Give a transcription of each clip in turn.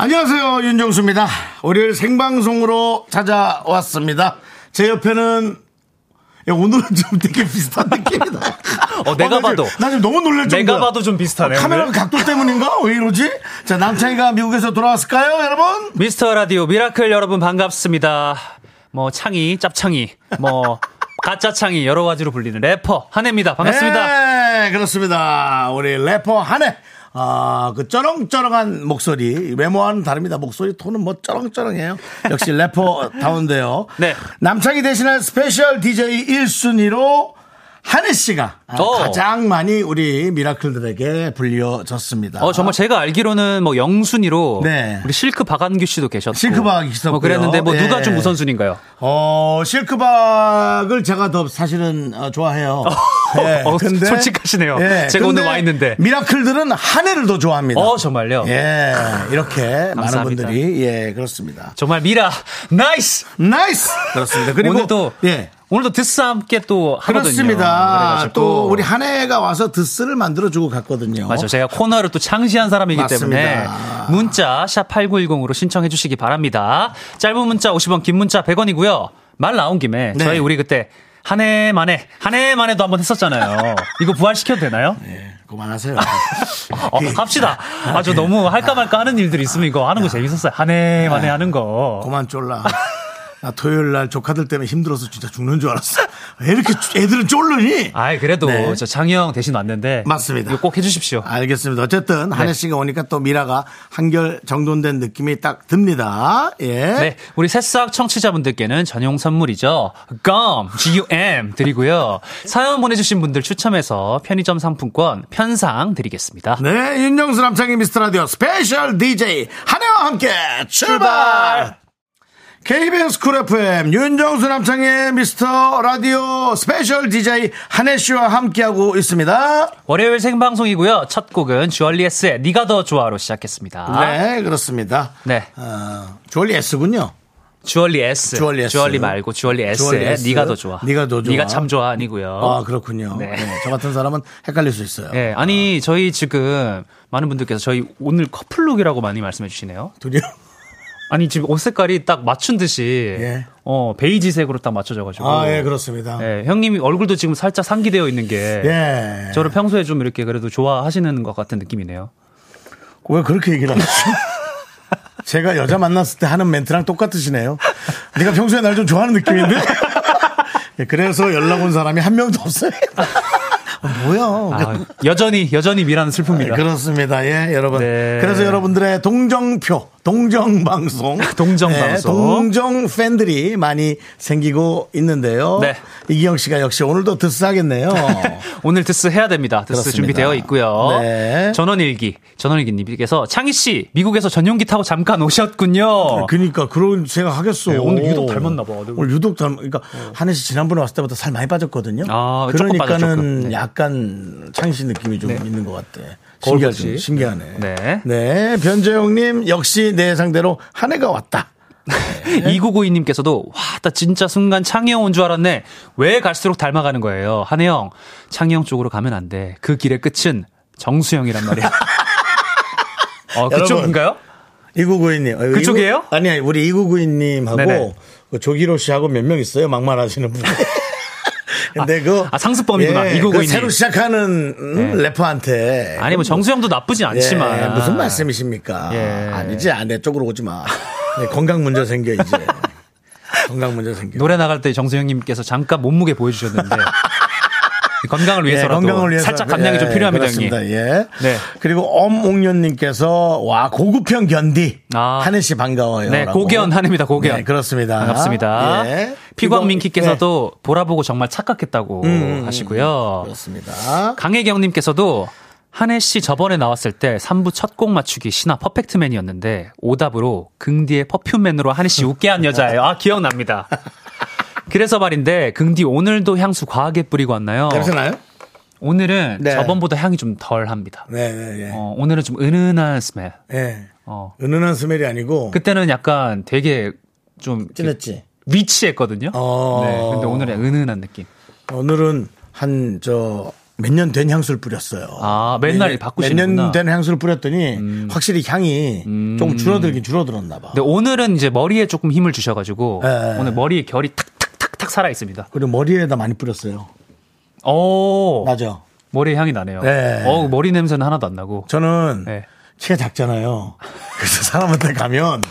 안녕하세요 윤정수입니다. 월요일 생방송으로 찾아왔습니다. 제 옆에는 야, 오늘은 좀 되게 비슷한 느낌이다. 어, 나 내가 지금- 봐도. 나 지금 너무 놀랄 정도야. 내가 봐도 좀 비슷하네, 카메라 오늘. 각도 때문인가? 왜 이러지? 자 남창이가 미국에서 돌아왔을까요, 여러분? 미스터 라디오 미라클 여러분 반갑습니다. 뭐 창이, 짭창이, 뭐 가짜 창이 여러 가지로 불리는 래퍼 한혜입니다. 반갑습니다. 네, 그렇습니다. 우리 래퍼 한해. 아, 그 쩌렁쩌렁한 목소리, 외모와는 다릅니다. 목소리 톤은 뭐 쩌렁쩌렁해요. 역시 래퍼다운데요. 네. 남창이 대신할 스페셜 DJ 1순위로 한혜 씨가 아, 오. 가장 많이 우리 미라클들에게 불려졌습니다. 어 정말 제가 알기로는 뭐 영순이로 네. 우리 실크 박한규 씨도 계셨고 실크 박한규 씨도 뭐 그랬는데 뭐 있었고요. 누가 예. 좀 우선순인가요? 어, 실크박을 제가 더 사실은 어, 좋아해요. 예, 어, 솔직하시네요. 제가 오늘 근데 와 있는데. 미라클들은 미라클들은 한해를 더 좋아합니다. 어 정말요? 예, 이렇게 많은 감사합니다. 분들이 예 그렇습니다. 정말 미라 나이스. 나이스 그렇습니다. 그리고 오늘도 예. 오늘도 드스와 함께 또 하거든요. 아, 그렇습니다. 그래가지고. 또 우리 한해가 와서 드스를 만들어 주고 갔거든요. 맞아요. 제가 코너를 또 창시한 사람이기 때문에 맞습니다. 문자 샵 8910으로 신청해 주시기 바랍니다. 짧은 문자 50원, 긴 문자 100원이고요. 말 나온 김에 네. 저희 우리 그때 한 해 만에 한 해 만에도 한번 했었잖아요. 이거 부활시켜도 되나요? 예, 그만하세요. 어, 합시다. 아 저 너무 할까 말까 하는 일들이 있으면 이거 하는 거 재밌었어요. 한 해 네. 만에 하는 거. 그만 쫄라. 나 토요일 날 조카들 때문에 힘들어서 진짜 죽는 줄 알았어. 왜 이렇게 애들을 쫄르니? 아이 그래도 네. 저 장영 대신 왔는데 맞습니다. 이거 꼭 해주십시오. 알겠습니다. 네. 어쨌든 한혜 씨가 오니까 또 미라가 한결 정돈된 느낌이 딱 듭니다. 예. 네, 우리 새싹 청취자분들께는 전용 선물이죠. GUM, G-U-M 드리고요. 사연 보내주신 분들 추첨해서 편의점 상품권 편상 드리겠습니다. 네, 윤정수 남창희 미스터라디오 스페셜 DJ 한혜와 함께 출발! KBS 쿨 FM 윤정수 남창희 미스터라디오 스페셜 DJ 한혜씨와 함께하고 있습니다. 월요일 생방송이고요. 첫 곡은 주얼리에스의 네가 더 좋아로 시작했습니다. 네, 그렇습니다. 네. 어, 주얼리 S군요. 주얼리에스, 주얼리 S. 말고 주얼리 주얼리에스의 S. 네가 더 좋아. 네가 더 좋아. 네가 참 좋아 아니고요. 아, 그렇군요. 네. 네, 저 같은 사람은 헷갈릴 수 있어요. 예, 아니 저희 지금 많은 분들께서 저희 오늘 커플룩이라고 많이 말씀해 주시네요. 둘이요? 아니 지금 옷 색깔이 딱 맞춘 듯이 예. 어 베이지색으로 딱 맞춰져가지고 아, 예, 그렇습니다. 예, 형님이 얼굴도 지금 살짝 상기되어 있는 게 예. 저를 평소에 좀 이렇게 그래도 좋아하시는 것 같은 느낌이네요. 왜 그렇게 얘기를 하죠? 제가 여자 만났을 때 하는 멘트랑 똑같으시네요. 네가 평소에 날 좀 좋아하는 느낌인데? 예, 그래서 연락 온 사람이 한 명도 없어요. 아, 뭐야. 아, 여전히 여전히 미라는 슬픕니다. 그렇습니다. 예, 여러분. 네. 그래서 여러분들의 동정표, 동정방송. 네, 동정방송. 동정 팬들이 많이 생기고 있는데요. 네. 이기영 씨가 역시 오늘도 드스하겠네요. 오늘 드스 해야 됩니다. 드스 그렇습니다. 준비되어 있고요. 네. 전원일기 전원일기님께서 창희 씨 미국에서 전용기 타고 잠깐 오셨군요. 아, 그러니까 그니까 그런 생각 하겠어. 어. 네, 오늘 유독 닮았나 봐. 네. 오늘 유독 닮. 그러니까 한혜 씨 지난번에 왔을 때보다 살 많이 빠졌거든요. 아, 조금 그러니까는 빠졌죠, 조금. 네. 약간 창희 씨 느낌이 좀 있는 것 같아. 거울 신기하지, 보지. 신기하네. 네. 네, 변재영님 역시 내 상대로 한혜가 왔다. 네. 2992님께서도 와 나 진짜 순간 창희 형 온 줄 알았네. 왜 갈수록 닮아가는 거예요. 한혜 형 창희 형 쪽으로 가면 안 돼. 그 길의 끝은 정수형이란 말이야. 어 그쪽인가요? 이구구이님. 어, 그쪽이에요? 이구- 아니, 아니, 우리 이구구이님하고 네네. 그 조기로 씨하고 몇 명 있어요. 막말하시는 분. 근데 그 아, 상습범이구나, 이구구이님. 그 네. 새로 시작하는 음, 래퍼한테 아니 뭐 정수형도 나쁘진 않지만 예, 무슨 말씀이십니까? 예. 아니지, 아, 내 쪽으로 오지 마. 네, 건강 문제 생겨, 이제. 건강 문제 생겨. 노래 나갈 때 정수형님께서 잠깐 몸무게 보여주셨는데 건강을 예, 위해서라도 건강을 위해서. 살짝 감량이 좀 예, 필요합니다 그렇습니다. 형님. 예. 네. 그리고 엄옥련님께서 와 고급형 견디 아. 한혜 씨 반가워요. 네, 라고. 고견 한입니다. 고견. 네, 그렇습니다. 반갑습니다. 예. 피광민키께서도 음, 예, 보라보고 정말 착각했다고 하시고요. 그렇습니다. 강혜경님께서도 한혜 씨 저번에 나왔을 때 3부 첫 곡 맞추기 신화 퍼펙트맨이었는데 오답으로 긍디의 퍼퓸맨으로 한혜 씨 웃게 한 여자예요. 아 기억납니다. 그래서 말인데 긍디 오늘도 향수 과하게 뿌리고 네, 왔나요? 냄새나요? 오늘은 네. 저번보다 향이 좀 덜합니다. 네, 네, 네. 어, 오늘은 좀 은은한 스멜. 예. 어. 은은한 스멜이 아니고 그때는 약간 되게 좀 이렇게 진했지. 위치했거든요. 어. 네. 근데 오늘은 은은한 느낌. 오늘은 한 저 몇 년 된 향수를 뿌렸어요. 아, 맨날 바꾸시는구나. 음. 몇 년 된 향수를 뿌렸더니 확실히 향이 조금 줄어들긴 줄어들었나 봐. 근데 오늘은 이제 머리에 조금 힘을 주셔가지고 예. 오늘 머리 결이 탁탁탁탁 살아 있습니다. 그리고 머리에다 많이 뿌렸어요. 오, 맞아. 머리 향이 나네요. 네. 어 머리 냄새는 하나도 안 나고. 저는 네. 키가 작잖아요. 그래서 사람한테 가면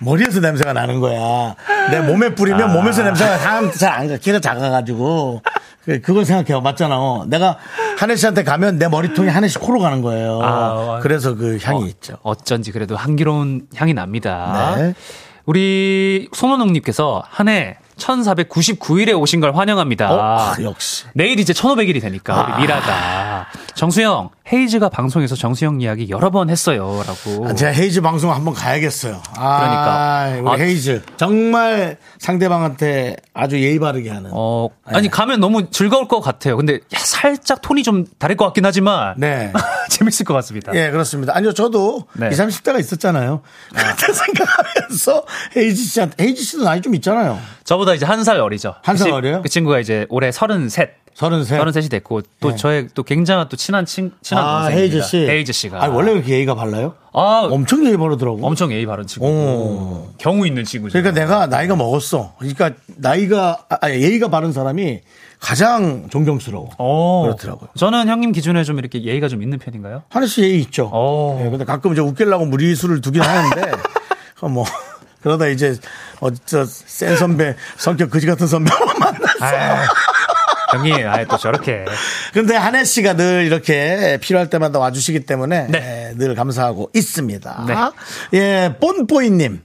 머리에서 냄새가 나는 거야. 내 몸에 뿌리면 아. 몸에서 냄새가 잘안 가. 키가 작아가지고. 그- 그걸 생각해요. 맞잖아. 어. 내가 한혜 씨한테 가면 내 머리통이 한혜 씨 코로 가는 거예요. 아, 그래서 그 향이 있죠. 어쩐지 그래도 한기로운 향이 납니다. 네. 우리 손원웅님께서 한 해 1499일에 오신 걸 환영합니다. 어? 아, 역시. 내일 이제 1500일이 되니까 아. 우리 미라다. 정수영, 헤이즈가 방송에서 정수영 이야기 여러 번 했어요. 라고. 아, 제가 헤이즈 방송 한번 가야겠어요. 아, 그러니까. 우리 아. 헤이즈. 정말 상대방한테 아주 예의 바르게 하는. 어, 아니, 네. 가면 너무 즐거울 것 같아요. 근데 야, 살짝 톤이 좀 다를 것 같긴 하지만. 네. 재밌을 것 같습니다. 예, 그렇습니다. 아니요, 저도 네. 20, 30대가 있었잖아요. 그때 생각하면서 헤이지 씨한테, 헤이지 씨도 나이 좀 있잖아요. 저보다 이제 한 살 어리죠. 한살 그 친- 어려요? 그 친구가 이제 올해 33. 33. 33이 됐고, 또 저의 또 굉장한 또 친한 친, 친한 네. 아, 동생입니다. 헤이즈 씨. 헤이즈 씨가. 아니, 원래 그렇게 예의가 발라요? 아, 엄청 예의 바르더라고. 엄청 예의 바른 친구. 오. 경우 있는 친구죠. 어. 그러니까 내가 나이가 먹었어. 그러니까 나이가, 아, 아니, 예의가 바른 사람이 가장 존경스러워. 오. 그렇더라고요. 어. 저는 형님 기준에 좀 이렇게 예의가 좀 있는 편인가요? 하늘 씨 예의 있죠. 오. 예, 근데 가끔 이제 웃기려고 무리수를 두긴 하는데, 그건 뭐, 그러다 이제, 어, 저, 센 선배, 성격 그지 같은 선배 만났어. 아, 형님, 아예 또 저렇게. 근데 한혜 씨가 늘 이렇게 필요할 때마다 와주시기 때문에 네. 예, 늘 감사하고 있습니다. 네. 예, 뽐뽀이님.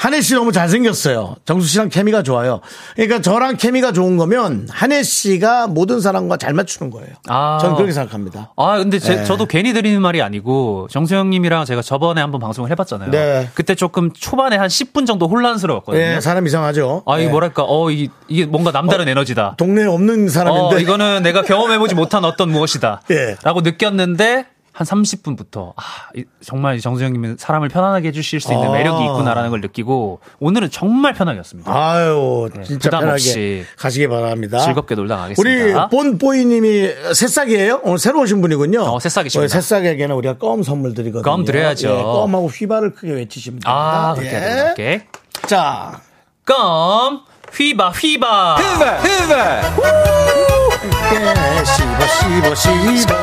한혜 씨 너무 잘생겼어요. 정수 씨랑 케미가 좋아요. 그러니까 저랑 케미가 좋은 거면 한혜 씨가 모든 사람과 잘 맞추는 거예요. 아. 저는 그렇게 생각합니다. 아, 근데 제- 네. 저도 괜히 드리는 말이 아니고, 정수영님이랑 제가 저번에 한번 방송을 해봤잖아요. 네. 그때 조금 초반에 한 10분 정도 혼란스러웠거든요. 예, 사람 이상하죠. 아, 이 예. 뭐랄까, 어, 이, 이게 뭔가 남다른 에너지다. 동네에 없는 어, 사람인데. 어, 이거는 내가 경험해보지 못한 어떤 무엇이다. 예. 라고 느꼈는데, 한 30분부터, 아, 이- 정말 정수영님은 사람을 편안하게 해주실 수 있는 아. 매력이 있구나라는 걸 느끼고, 오늘은 정말 편하게 했습니다. 아유, 진짜 네, 부담 편하게 없이 가시기 바랍니다. 즐겁게 놀다 우리 가겠습니다. 본보이님이 새싹이에요? 오늘 새로 오신 분이군요. 어, 새싹이십니다. 어, 새싹에게는 우리가 껌 선물 드리거든요. 껌 드려야죠. 예, 껌하고 휘발을 크게 외치시면 됩니다. 아, 그렇게 예. 하도록 할게. 자, 껌, 휘바, 휘바. 예, 씹어, 씹어, 씹어.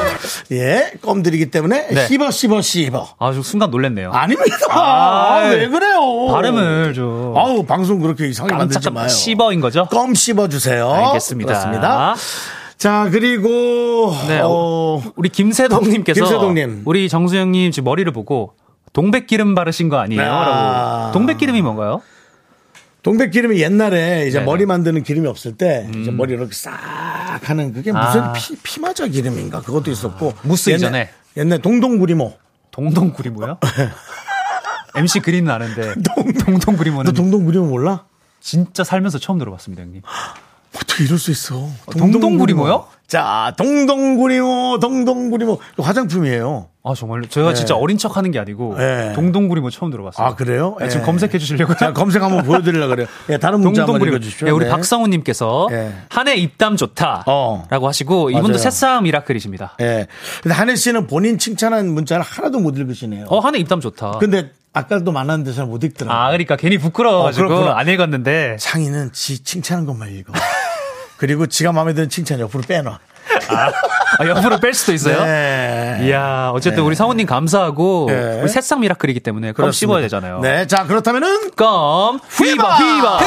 예, 껌 드리기 때문에 네. 씹어, 씹어, 씹어. 아, 좀 순간 놀랬네요. 아닙니다. 아, 왜 그래요? 발음을 좀. 아우, 방송 그렇게 이상하게 만들지 마요. 깜짝깜짝 씹어인 거죠? 껌 씹어주세요. 알겠습니다. 그렇습니다. 자, 그리고, 네, 어, 우리 김세동님께서 김세동님. 우리 정수영님 지금 머리를 보고 동백기름 바르신 거 아니에요? 아. 라고. 동백기름이 뭔가요? 동백 기름이 옛날에 이제 네네. 음. 머리 만드는 기름이 없을 때 이제 머리 이렇게 싹 하는 그게 무슨 아. 피, 피마자 기름인가 그것도 있었고 무스 옛날- 이전에. 옛날 동동구리모 동동구리 뭐야? MC 그린은 아는데 너 동동구리모는 동동구리모 몰라? 진짜 살면서 처음 들어봤습니다, 형님. 어떻게 이럴 수 있어? 동동구리모요? 자, 동동구리모, 동동구리모 이거 화장품이에요. 아 정말로 제가 진짜 어린 척하는 게 아니고 예. 동동구리모 뭐 처음 들어봤어요. 네. 아 그래요? 네, 지금 예. 검색해 주시려고요. 제가 검색 한번 보여드리려 그래요. 예, 다른 문자 한번 동동구리모. 읽어주십시오. 예, 우리 네. 박성우님께서 예. 한해 입담 좋다라고 어. 하시고 맞아요. 이분도 새싹 미라클이십니다. 예, 근데 한혜 씨는 본인 칭찬한 문자를 하나도 못 읽으시네요. 어 한해 입담 좋다. 근데 아까도 만났는데 잘 못 읽더라고요. 아 그러니까 괜히 부끄러워가지고 어, 그렇구나. 안 읽었는데 창희는 지 칭찬한 것만 읽어. 그리고 지가 마음에 드는 칭찬 옆으로 빼놔. 아, 옆으로 뺄 수도 있어요. 예. 네. 이야, 어쨌든 네. 우리 성우님 감사하고 네. 우리 새싹 미라클이기 때문에 껌 그렇습니다. 씹어야 되잖아요. 네. 자, 그렇다면은. 껌 휘바 휘바.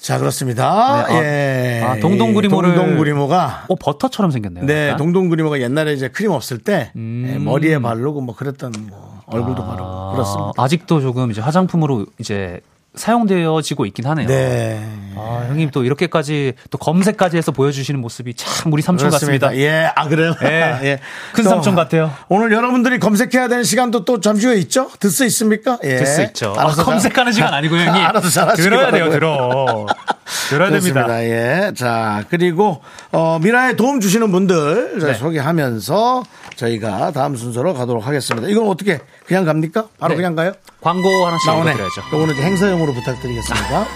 자, 그렇습니다. 네, 아, 예. 아, 동동구리모를- 그러니까. 동동구리모가. 어 버터처럼 생겼네요. 네, 약간. 동동구리모가 옛날에 이제 크림 없을 때 예, 머리에 바르고 뭐 그랬던 뭐 얼굴도 바르고 음. 아, 그렇습니다. 아직도 조금 이제 화장품으로 이제 사용되어지고 있긴 하네요. 네. 아, 형님 또 이렇게까지 또 검색까지 해서 보여주시는 모습이 참 우리 삼촌 그렇습니다. 같습니다. 예, 아 그래요? 예. 큰 또 삼촌 같아요. 오늘 여러분들이 검색해야 되는 시간도 또 잠시 후에 있죠? 듣스 있습니까? 예. 될 수 있죠. 아, 알아서 잘- 검색하는 시간 아니고요, 형님. 알아서 잘하시기 들어야 바라고요. 돼요, 들어. 들어야 됩니다. 그렇습니다. 예. 자, 그리고, 어, 미라에 도움 주시는 분들 네. 저희 소개하면서 저희가 다음 순서로 가도록 하겠습니다. 이건 어떻게, 그냥 갑니까? 바로 네. 그냥 가요? 광고 하나씩 나오네. 읽어드려야죠. 요거는 이제 행사용으로 부탁드리겠습니다.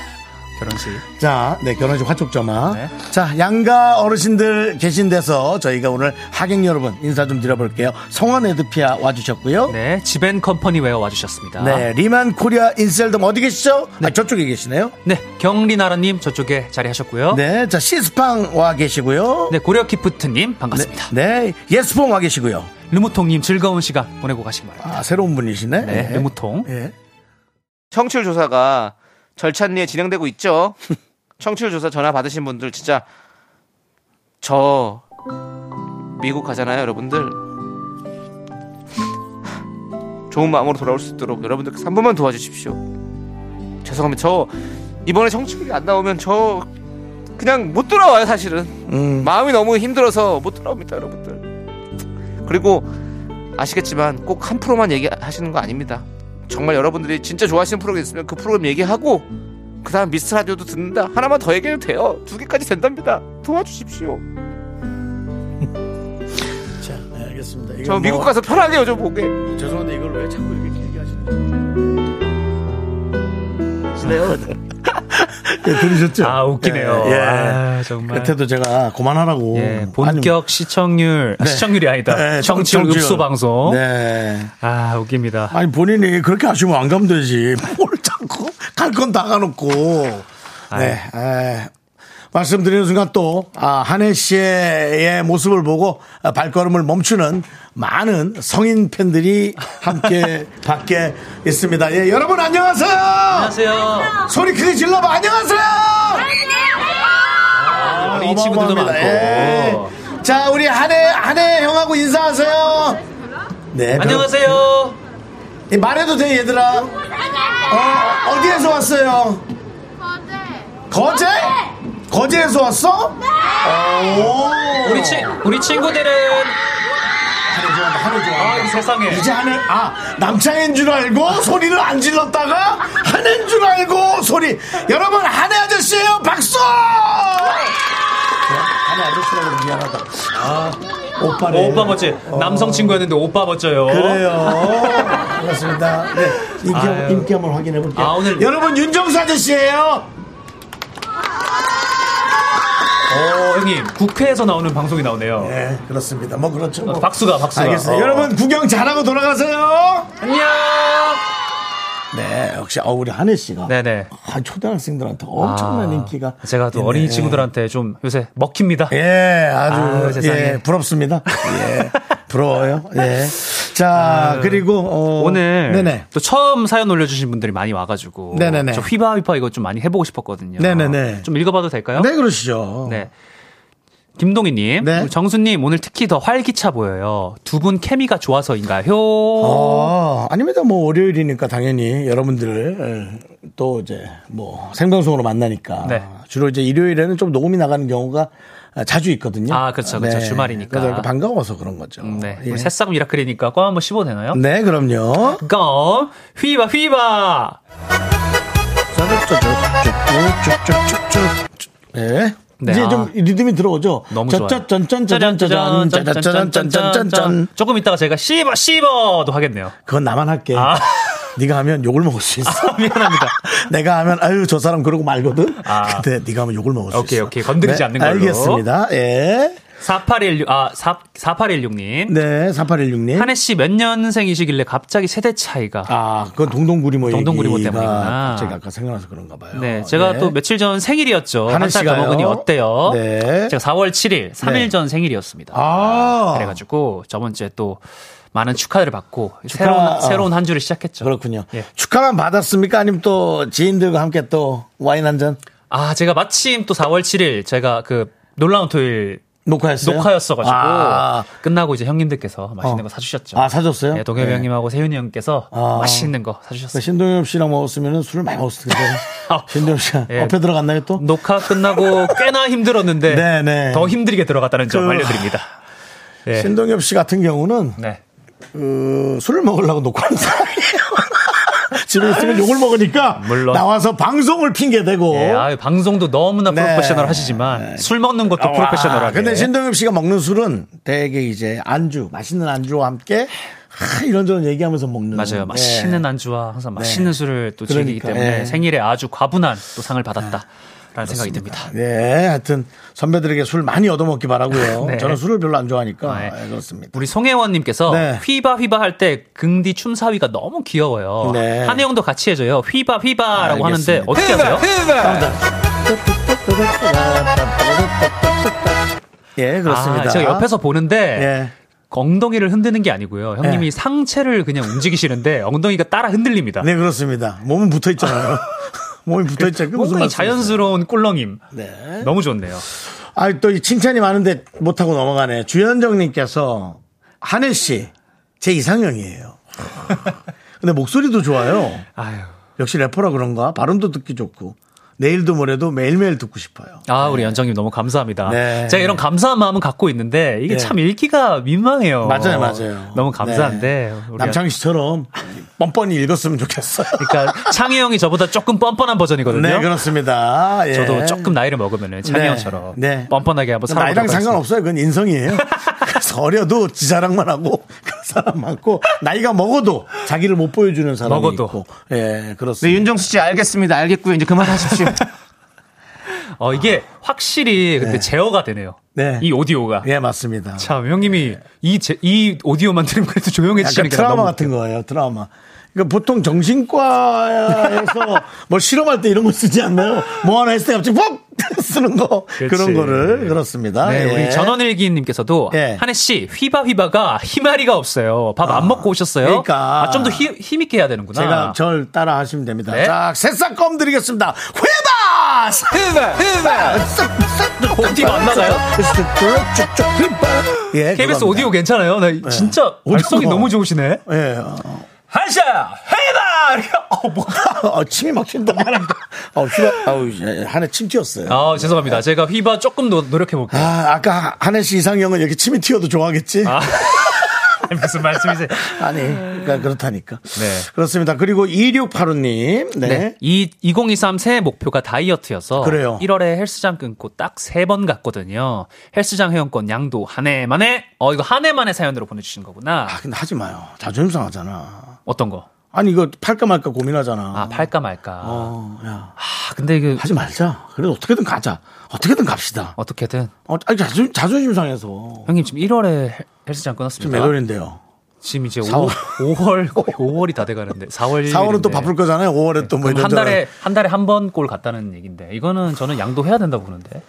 결혼식. 자, 네, 결혼식 화촉점화. 네. 자, 양가 어르신들 계신 데서 저희가 오늘 하객 여러분 인사 좀 드려볼게요. 성원 에드피아 와주셨고요. 네. 네, 지벤 컴퍼니 웨어 와주셨습니다. 리만 코리아 인셀덤 어디 계시죠? 아, 저쪽에 계시네요. 네, 경리나라님 저쪽에 자리하셨고요. 네, 네, 자, 시스팡 와 계시고요. 고려키프트님 반갑습니다. 네, 예스폼 와 계시고요. 네. 르무통님 즐거운 시간 보내고 가시기 바랍니다. 아, 새로운 분이시네. 네, 예. 르무통. 예. 청취율 조사가 절찬리에 진행되고 있죠. 청취율 조사 전화 받으신 분들 진짜 저 미국 가잖아요, 여러분들. 좋은 마음으로 돌아올 수 있도록 여러분들 3분만 도와주십시오. 죄송합니다. 저 이번에 청취율이 안 나오면 저 그냥 못 돌아와요, 사실은. 음, 마음이 너무 힘들어서 못 돌아옵니다, 여러분들. 그리고 아시겠지만 꼭 한 프로만 얘기하시는 거 아닙니다. 정말 여러분들이 진짜 좋아하시는 프로그램 있으면 그 프로그램 얘기하고 그다음 미스 라디오도 듣는다. 하나만 더 얘기해도 돼요. 두 개까지 된답니다. 도와주십시오. 자, 네, 알겠습니다. 이거 저 뭐- 미국 가서 편하게 요좀 보게. 죄송한데 이걸 왜 자꾸 이렇게 길게 하시는지. 네, 들으셨죠? 아, 웃기네요. 예, 예. 아, 정말. 그때도 제가 그만하라고. 예, 본격 시청률, 아, 시청률이 아니다. 아니면- 예, 청취율 청취율. 읍소 방송. 네. 아, 웃깁니다. 아니, 본인이 그렇게 하시면 안 가면 되지. 뭘 자꾸 갈 건 다 가놓고. 네. 에, 말씀드리는 순간 또, 아, 한혜 씨의 모습을 보고 아, 발걸음을 멈추는 많은 성인 팬들이 함께 밖에 있습니다. 예, 여러분 안녕하세요! 안녕하세요. 소리 크게 질러봐. 안녕하세요. 아, 우리 이 친구들도 어마어마합니다. 많고. 예. 자, 우리 한혜 한혜 형하고 인사하세요. 네. 별- 안녕하세요. 예, 말해도 돼 얘들아. 어, 어디에서 왔어요? 거제. 거제? 에서 왔어? 네. 오. 우리 친 우리 친구들은 한혜 좋아한다. 한혜 좋아한다. 아, 이 세상에. 이제 하늘 아 남창인 줄 알고 소리를 안 질렀다가 한인 줄 알고 소리 여러분 한해 아저씨예요 박수 네. 한해 아저씨라고 미안하다 어. 아 오빠래 오빠 멋지. 남성 친구였는데 오빠 멋져요. 그래요 그렇습니다 네 인기, 아유. 한번- 인기 한번 확인해 볼게요 아, 오늘- 여러분 윤정수 아저씨예요 어, 형님. 국회에서 나오는 방송이 나오네요. 네 그렇습니다 뭐 그렇죠 뭐. 어, 박수가 박수가. 알겠어요 어. 여러분 구경 잘하고 돌아가세요 안녕. 네 역시 어, 우리 한혜 씨가 네네. 아, 초등학생들한테 엄청난 아, 인기가 제가 또 있네. 어린이 친구들한테 좀 요새 먹힙니다. 예, 아주 아유, 세상에. 예, 부럽습니다. 예, 부러워요. 예. 자, 그리고 어, 아. 오늘 네네. 또 처음 사연 올려주신 분들이 많이 와가지고 네네네. 저 휘바휘파 이거 어, 좀 많이 해보고 싶었거든요. 네네네. 좀 읽어봐도 될까요? 네 그러시죠. 네. 김동희님, 네. 우리 정수님 오늘 특히 더 활기차 보여요. 두 분 케미가 좋아서인가요? 어, 아닙니다. 뭐 월요일이니까 당연히 여러분들을 에, 또 이제 뭐 생방송으로 만나니까 네. 주로 이제 일요일에는 좀 녹음이 나가는 경우가 아, 자주 있거든요. 네. 아, 그렇죠, 그렇죠. 주말이니까. 그래서 이렇게 반가워서 그런 거죠. 음, 네, 예. 우리 새싹 미라클이니까 꽝 한번 씹어도 되나요? 네, 그럼요. 껌 휘바 휘바. 예. 네, 이제 아. 좀 리듬이 들어오죠. 너무 좋아요. 짜잔, 짜잔, 짜잔, 짜잔, 짠짠짠짠짠짠짠짠짠짠짠. 짜잔. 조금 있다가 제가 씹어 씹어도 하겠네요. 그건 나만 할게. 아. 네가 하면 욕을 먹을 수 있어. 미안합니다. 내가 하면 아유 저 사람 그러고 말거든. 아. 근데 네가 하면 욕을 먹을 수 있어. 오케이, 네, 오케이. 건드리지 않는 걸로. 알겠습니다. 예. 4816 아, 4, 4816님. 네, 3816님. 한혜 씨 몇 년생이시길래 갑자기 세대 차이가. 아, 그건 동동구리모 동동구리모 얘기가 때문이구나. 제가 아까 생각나서 그런가 봐요. 네, 제가 예. 또 며칠 전 생일이었죠. 한혜 한살 씨가요? 더먹으니 어때요? 네. 제가 4월 7일, 3일 네. 전 생일이었습니다. 아. 그래가지고 저번 주에 또 많은 축하를 받고 축하, 새로운 어. 새로운 한 주를 시작했죠. 그렇군요. 예. 축하만 받았습니까? 아니면 또 지인들과 함께 또 와인 한 잔? 아, 제가 마침 또 4월 7일 제가 그 놀라운 토요일 녹화였어요? 녹화였어가지고 아, 끝나고 이제 형님들께서 맛있는 어. 거 사주셨죠. 아, 사줬어요? 네, 동엽이 네. 형님하고 세윤이 형께서 아. 맛있는 거 그 사주셨어요. 신동엽 씨랑 먹었으면 술을 많이 먹었을 텐데. 아. 신동엽 씨가 예. 업에 들어갔나요 또? 녹화 끝나고 꽤나 힘들었는데 그 네, 네. 더 힘들게 들어갔다는 점 그- 알려드립니다. 네. 신동엽 씨 같은 경우는 네. 그 술을 먹으려고 놓고 하는 사람이에요. 집에 있으면 욕을 먹으니까 물론. 나와서 방송을 핑계대고. 예, 아유, 방송도 너무나 어? 네. 아, 프로페셔널 하시지만 술 먹는 것도 와, 프로페셔널하게. 근데 신동엽 씨가 먹는 술은 되게 이제 안주, 맛있는 안주와 함께 하, 이런저런 얘기하면서 먹는. 맞아요. 예. 맛있는 안주와 항상 맛있는 술을 또 네. 즐기기 그러니까, 때문에 예. 생일에 아주 과분한 또 상을 받았다라는 아, 생각이 듭니다. 예, 하여튼 선배들에게 술 많이 얻어먹기 바라고요. 네. 저는 술을 별로 안 좋아하니까 아, 예. 예, 그렇습니다. 우리 송혜원님께서 네. 휘바 휘바 할 때 긍디 춤사위가 너무 귀여워요. 네. 한혜영도 같이 해줘요. 휘바 휘바라고 하는데 알겠습니다. 어떻게 하세요? 예, 그렇습니다. 아, 제가 옆에서 보는데 예. 엉덩이를 흔드는 게 아니고요. 네. 형님이 상체를 그냥 움직이시는데 엉덩이가 따라 흔들립니다. 네, 그렇습니다. 몸은 붙어 있잖아요. 몸이 붙어 있잖아요. 무슨 굉장히 말씀이세요? 자연스러운 꿀렁임. 네. 너무 좋네요. 아, 또이 칭찬이 많은데 못하고 넘어가네. 주현정님께서 한혜 씨, 제 이상형이에요. 근데 목소리도 좋아요. 아유. 역시 래퍼라 그런가? 발음도 듣기 좋고. 내일도 모레도 매일매일 듣고 싶어요. 아, 우리 연정님 너무 감사합니다. 네. 제가 이런 감사한 마음은 갖고 있는데 이게 네. 참 읽기가 민망해요. 맞아요, 맞아요. 너무 감사한데. 네. 우리 남창희 씨처럼 뻔뻔히 읽었으면 좋겠어요. 그러니까 창희 형이 저보다 조금 뻔뻔한 버전이거든요. 네, 그렇습니다. 예. 저도 조금 나이를 먹으면 창희 네. 형처럼 네. 뻔뻔하게 한번 살아보도록 나이랑 하겠습니다. 상관없어요. 그건 인성이에요. 그래서 어려도 지 자랑만 하고 그런 사람 많고 나이가 먹어도 자기를 못 보여주는 사람이 먹어도. 있고. 예, 네, 그렇습니다. 윤정수 씨 알겠습니다. 알겠고요. 이제 그만하십시오. 어, 이게 확실히 그때 제어가 되네요. 네. 이 오디오가. 예, 맞습니다. 참 형님이 이, 제, 이 오디오만 들으면 그래도 약간 조용해지시는 게 트라우마 너무 같은 거예요. 트라우마. 그러니까 보통 정신과에서 뭘 실험할 때 이런 거 쓰지 않나요? 뭐 하나 했을 때 갑자기 ปุ๊ 쓰는 거 그렇지. 그런 거를 그렇습니다. 네, 예. 우리 전원일기님께서도 예. 아, 한혜 씨 휘바휘바가 희마리가 없어요. 밥 안 먹고 오셨어요? 그러니까. 아, 좀 더 힘 있게 해야 되는구나. 제가 절 따라 하시면 됩니다. 네. 자, 새싹 껌 드리겠습니다. 회바! 오디오 안 나가요? 예, 그겁니다. KBS 네. 오디오 괜찮아요? 나 진짜 오디오 발성이 뭐. 너무 좋으시네. 예. 한샤 헤이바 이렇게 어 뭐가? 어, 침이 막힌다. 어, 휴가, 아우, 예, 한해 침 튀었어요. 아 죄송합니다. 제가 휘바 조금 노, 노력해 볼게요. 아, 아까 한혜 씨 이상형은 이렇게 침이 튀어도 좋아하겠지? 아. 무슨 말씀이세요? 아니, 그러니까 그렇다니까. 네. 그렇습니다. 그리고 2685님. 네. 네. 이 2023 새해 목표가 다이어트여서 그래요. 1월에 헬스장 끊고 딱 세 번 갔거든요. 헬스장 회원권 양도 한 해만에 어 이거 한 해만에 사연으로 보내주신 거구나. 아, 근데 하지 마요. 자존심 상하잖아. 어떤 거? 아니, 이거 팔까 말까 고민하잖아. 아 팔까 말까. 어, 야. 아 근데 이게 하지 말자. 그래도 어떻게든 가자. 어떻게든 갑시다. 어떻게든 어, 아니, 자존, 자존심 상해서. 형님 지금 1월에 헬스장 지금 끊었습니다. 몇 월인데요? 지금 이제 사월. 5, 월 거의 5월이 다 돼가는데 4월 4월은 또 1일인데. 바쁠 거잖아요. 5월에 또 뭐 그럼 이런 한 달에 한 달에 한 번 꼴 갔다는 얘기인데 이거는 저는 양도해야 된다고 보는데.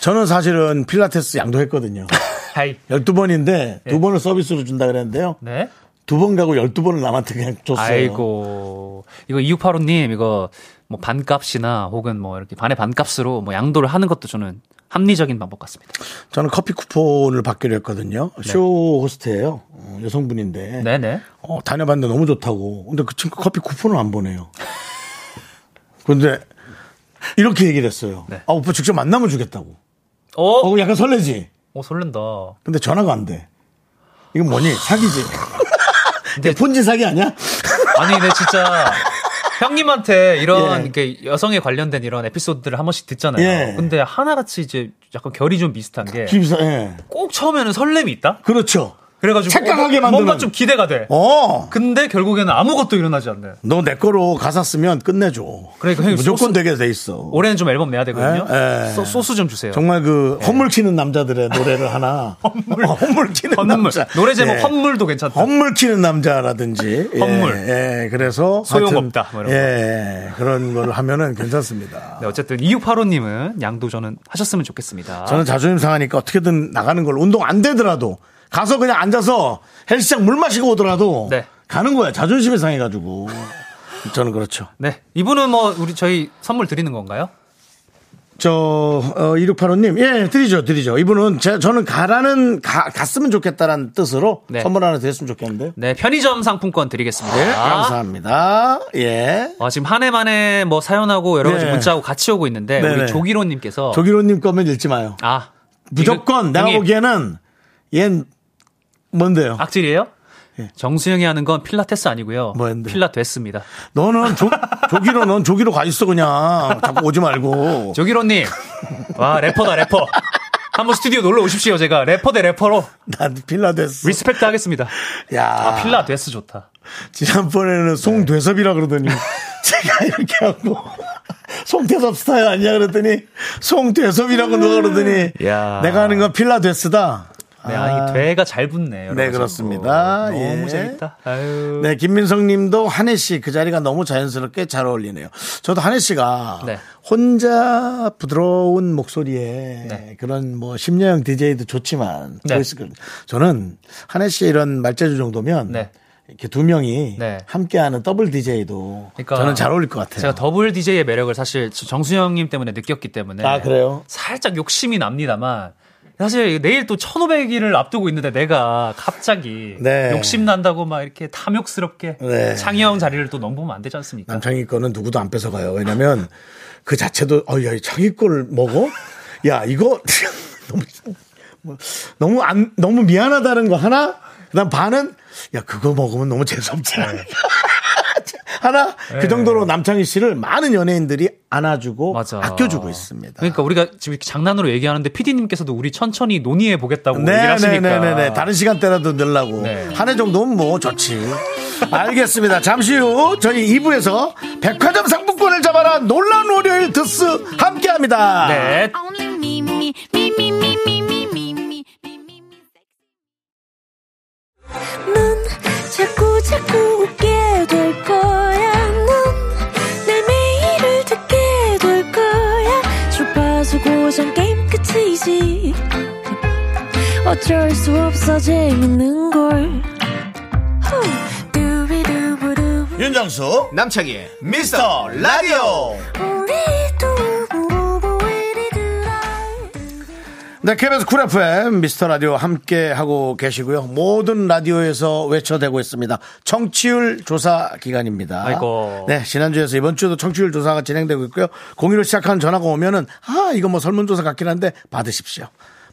저는 사실은 필라테스 양도했거든요. 하이. 12번인데 두 번을 서비스로 준다 그랬는데요. 네. 두 번 가고 12번을 남한테 그냥 줬어요. 아이고 이거 2685님 이거 뭐 반값이나 혹은 뭐 이렇게 반의 반값으로 뭐 양도를 하는 것도 저는 합리적인 방법 같습니다. 저는 커피 쿠폰을 받기로 했거든요. 쇼 호스트예요. 어, 여성분인데 네. 네네. 어, 다녀봤는데 너무 좋다고. 근데 그 친구 커피 쿠폰을 안 보내요. 그런데 이렇게 얘기를 했어요. 네. 아 오빠 직접 만나면 주겠다고. 어 오, 그럼 약간 설레지. 오 어, 설렌다. 근데 전화가 안 돼. 이건 뭐니? 사기지. 근데 폰지 사기 아니야? 아니 근데 진짜 형님한테 이런 예. 이렇게 여성에 관련된 이런 에피소드를 한 번씩 듣잖아요. 예. 근데 하나같이 이제 약간 결이 좀 비슷한 게 꼭 김사 예. 처음에는 설렘이 있다. 그렇죠. 그래가지고 착각하게 어, 뭔가 만드는. 좀 기대가 돼. 어. 근데 결국에는 아무것도 일어나지 않네. 너 내 거로 가사 쓰면 끝내줘. 그러니까 형님 무조건 소스- 되게 돼 있어. 올해는 좀 앨범 내야 되거든요. 예, 예. 소, 소스 좀 주세요. 정말 그 예. 헛물 키는 남자들의 노래를 하나 헛물, 헛물 키는 헌물 남자 노래 제목 예. 헌물도 괜찮다. 헛물 키는 남자라든지 예, 헛물. 예, 그래서 소용없다, 하여튼 뭐 이런 예 그런 걸 하면은 괜찮습니다. 네, 어쨌든 2685님은 양도전은 하셨으면 좋겠습니다. 저는 자존심 상하니까 어떻게든 나가는 걸 운동 안 되더라도 가서 그냥 앉아서 헬스장 물 마시고 오더라도 네. 가는 거야 자존심이 상해가지고 저는 그렇죠. 네 이분은 뭐 우리 저희 선물 드리는 건가요? 저, 어, 2685님, 예, 드리죠, 드리죠. 이분은, 제, 저는 가라는, 가, 갔으면 좋겠다라는 뜻으로 네. 선물 하나 드렸으면 좋겠는데요. 네, 편의점 상품권 드리겠습니다. 예, 감사합니다. 예. 어, 지금 한 해 만에 뭐 사연하고 여러 가지 네. 문자하고 같이 오고 있는데 네네. 우리 조기로님께서 조기로님 거면 읽지 마요. 아 무조건 이거- 내가 형님, 아. 보기에는, 얜, 뭔데요? 악질이에요? 정수영이 하는 건 필라테스 아니고요. 예. 뭐 했는데? 필라테스입니다. 너는 조, 조기로, 넌 조기로 가 있어, 그냥. 자꾸 오지 말고. 조기로님, 와 래퍼다 래퍼. 한번 스튜디오 놀러 오십시오. 제가 래퍼 대 래퍼로 난 필라데스. 리스펙트 하겠습니다. 야, 아, 필라테스 네. 좋다. 지난번에는 송대섭이라 그러더니 제가 이렇게 하고 송대섭 스타일 아니냐 그랬더니 송대섭이라고 누가 그러더니 야. 내가 하는 건 필라데스다. 네, 아, 이 돼가 잘 붙네. 여러 네, 가지. 그렇습니다. 오, 너무 예. 재밌다. 아유. 네, 김민성 님도 한혜 씨 그 자리가 너무 자연스럽게 잘 어울리네요. 저도 한혜 씨가 네. 혼자 부드러운 목소리에 네. 그런 뭐 심려형 DJ도 좋지만 네. 보이스 글- 저는 한혜 씨 이런 말재주 정도면 네. 이렇게 두 명이 네. 그러니까 함께하는 더블 DJ도 저는 잘 어울릴 것 같아요. 제가 더블 DJ의 매력을 사실 저 정수영님 때문에 느꼈기 때문에. 아, 그래요? 살짝 욕심이 납니다만. 사실 내일 또 1500일을 앞두고 있는데 내가 갑자기 네. 욕심 난다고 막 이렇게 탐욕스럽게 네. 창의형 자리를 또 넘보면 안 되지 않습니까? 남창희 거는 누구도 안 뺏어가요. 왜냐면 그 자체도, 어, 야, 이 창희 거를 먹어? 야, 이거 너무, 뭐, 너무 안, 너무 미안하다는 거 하나? 그 다음 반은, 야, 그거 먹으면 너무 재수없지 않을까? 하나? 그 정도로 남창희 씨를 많은 연예인들이 안아주고 맞아. 아껴주고 있습니다. 그러니까 우리가 지금 이렇게 장난으로 얘기하는데 PD님께서도 우리 천천히 논의해 보겠다고 얘기를 하시니까. 네, 네네네네. 다른 시간대라도 늘라고. 네. 한 해 정도면 뭐 좋지. 알겠습니다. 잠시 후 저희 2부에서 백화점 상품권을 잡아라 놀란 월요일 드스 함께 합니다. 네. Only me, me, me, me, me, me, me, me, me, me, me, me. 넌 자꾸 자꾸 웃게 될 거야. 넌내 매일을 듣게 될 거야. 주파수 고정 게임 끝이지. 어쩔 수 없어 재밌는 걸. 후. 두비두부두. 윤정수 남창희 미스터 라디오. 우리 두부부부 우리 두라. 네, KBS 쿨 FM 미스터 라디오 함께 하고 계시고요. 모든 라디오에서 외쳐대고 있습니다. 청취율 조사 기간입니다. 아이고. 네, 지난주에서 이번 주도 청취율 조사가 진행되고 있고요. 공유로 시작한 전화가 오면은 아, 이거 뭐 설문조사 같긴 한데 받으십시오.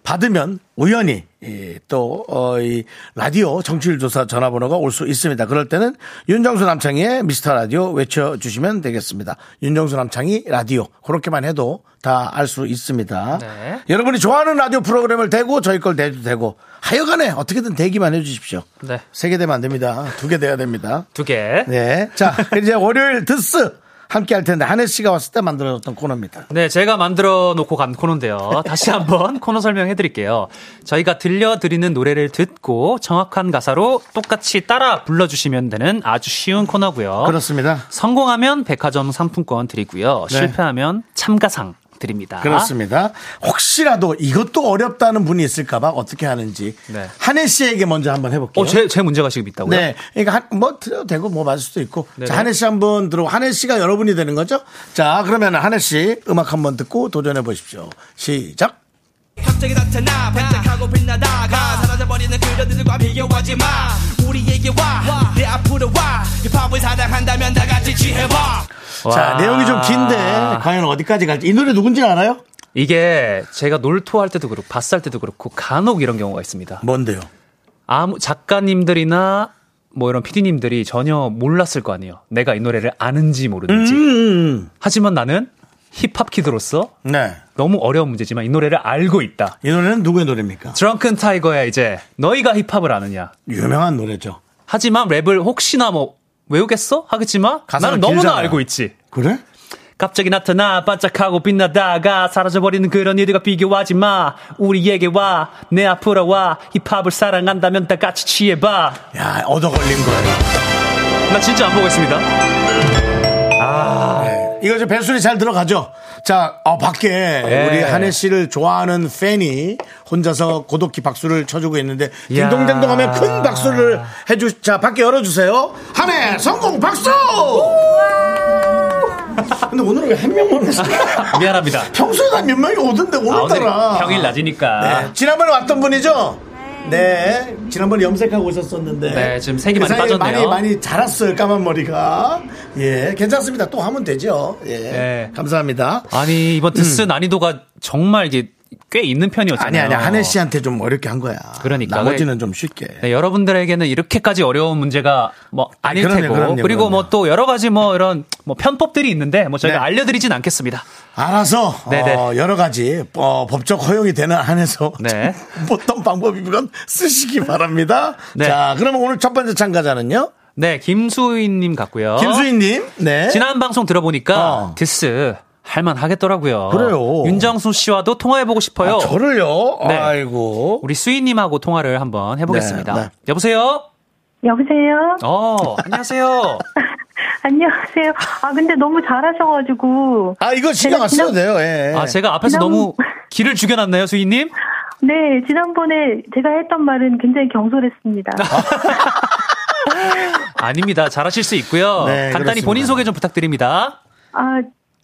받으면 우연히 이, 또 어, 이 라디오 정치율 조사 전화번호가 올 수 있습니다. 그럴 때는 윤정수 남창희의 미스터 라디오 외쳐주시면 되겠습니다. 윤정수 남창희 라디오 그렇게만 해도 다 알 수 있습니다. 네. 여러분이 좋아하는 라디오 프로그램을 대고 저희 걸 대도 되고 하여간에 어떻게든 대기만 해주십시오. 네. 세 개 되면 안 됩니다. 두 개 돼야 됩니다. 두 개. 네. 자, 이제 월요일 드스 함께 할 텐데 한혜 씨가 왔을 때 만들어졌던 코너입니다. 네, 제가 만들어 놓고 간 코너인데요. 다시 한번 코너 설명해 드릴게요. 저희가 들려드리는 노래를 듣고 정확한 가사로 똑같이 따라 불러주시면 되는 아주 쉬운 코너고요. 그렇습니다. 성공하면 백화점 상품권 드리고요. 네. 실패하면 참가상 드립니다. 그렇습니다. 혹시라도 이것도 어렵다는 분이 있을까봐 어떻게 하는지 네. 한혜 씨에게 먼저 한번 해볼게요. 어, 제, 제 문제가 지금 있다고요? 네. 그러니까 한, 뭐 드려도 되고 뭐 맞을 수도 있고. 네네. 자, 한혜 씨 한번 들어. 한혜 씨가 여러분이 되는 거죠? 자, 그러면 한혜 씨 음악 한번 듣고 도전해 보십시오. 시작. 갑자기 나타나 반짝하고 빛나다가 사라져버리는 그녀들과 비교하지 마 우리에게 와 내 앞으로 와 힙합을 사랑한다면 다 같이 취해봐 자, 와. 내용이 좀 긴데 과연 어디까지 갈지 이 노래 누군지 알아요? 이게 제가 놀토할 때도 그렇고, 바쌀 때도 그렇고, 간혹 이런 경우가 있습니다. 뭔데요? 아무 작가님들이나 뭐 이런 피디님들이 전혀 몰랐을 거 아니에요. 내가 이 노래를 아는지 음. 모르는지. 하지만 나는 힙합 키드로서 네. 너무 어려운 문제지만 이 노래를 알고 있다. 이 노래는 누구의 노래입니까? 드렁큰 타이거야 이제 너희가 힙합을 아느냐. 유명한 노래죠. 하지만 랩을 혹시나 뭐 외우겠어? 하겠지만 가사가 나는 너무나 길잖아요. 알고 있지. 그래? 갑자기 나타나 반짝하고 빛나다가 사라져버리는 그런 일들과 비교하지 마. 우리에게 와. 내 앞으로 와. 힙합을 사랑한다면 다 같이 취해봐. 야, 얻어 걸린 거예요. 나 진짜 안 보고 있습니다. 이거 좀 벨소리 잘 들어가죠? 자, 어, 밖에 우리 한혜 씨를 좋아하는 팬이 혼자서 고독히 박수를 쳐주고 있는데, 이야. 딩동댕동 하면 큰 박수를 해주, 자, 밖에 열어주세요. 한혜 성공 박수! 근데 오늘은 왜 한 명만 했어? 미안합니다. 평소에 한몇 명이 오던데 아, 오늘 오늘따라. 평일 낮이니까. 네. 지난번에 왔던 분이죠? 네. 지난번에 염색하고 오셨었는데. 네, 지금 색이 그 많이 사이에 빠졌네요. 많이, 많이 자랐어요, 까만 머리가. 예, 괜찮습니다. 또 하면 되죠. 예. 네. 감사합니다. 아니 음. 이번 드스 난이도가 정말 이게 꽤 있는 아니, 편이었잖아요. 아니, 한혜 씨한테 좀 어렵게 한 거야. 어. 그러니까. 나머지는 좀 쉽게. 네, 여러분들에게는 이렇게까지 어려운 문제가 뭐 아닐 그럼요, 테고 그럼요, 그리고 그럼요. 뭐 또 여러 가지 뭐 이런 뭐 편법들이 있는데 뭐 저희가 네. 알려드리진 않겠습니다. 알아서 네네. 어, 여러 가지 어, 법적 허용이 되는 한에서 네. 어떤 방법이건 쓰시기 바랍니다. 네. 자, 그러면 오늘 첫 번째 참가자는요. 네, 김수인님 같고요. 김수희님. 네. 어? 지난 방송 들어보니까 어. 디스 할만 하겠더라고요. 그래요. 윤정수 씨와도 통화해보고 싶어요. 아, 저를요. 네. 아이고. 우리 수인님하고 통화를 한번 해보겠습니다. 네, 네. 여보세요? 여보세요? 어, 안녕하세요. 안녕하세요. 아, 근데 너무 잘하셔가지고. 아, 이거 신경 안 써도 돼요. 예. 아, 제가 앞에서 그냥- 너무 길을 죽여놨나요, 수인님? 네, 지난번에 제가 했던 말은 굉장히 경솔했습니다. 아. 아닙니다. 잘하실 수 있고요. 네, 간단히 그렇습니다. 본인 소개 좀 부탁드립니다. 아,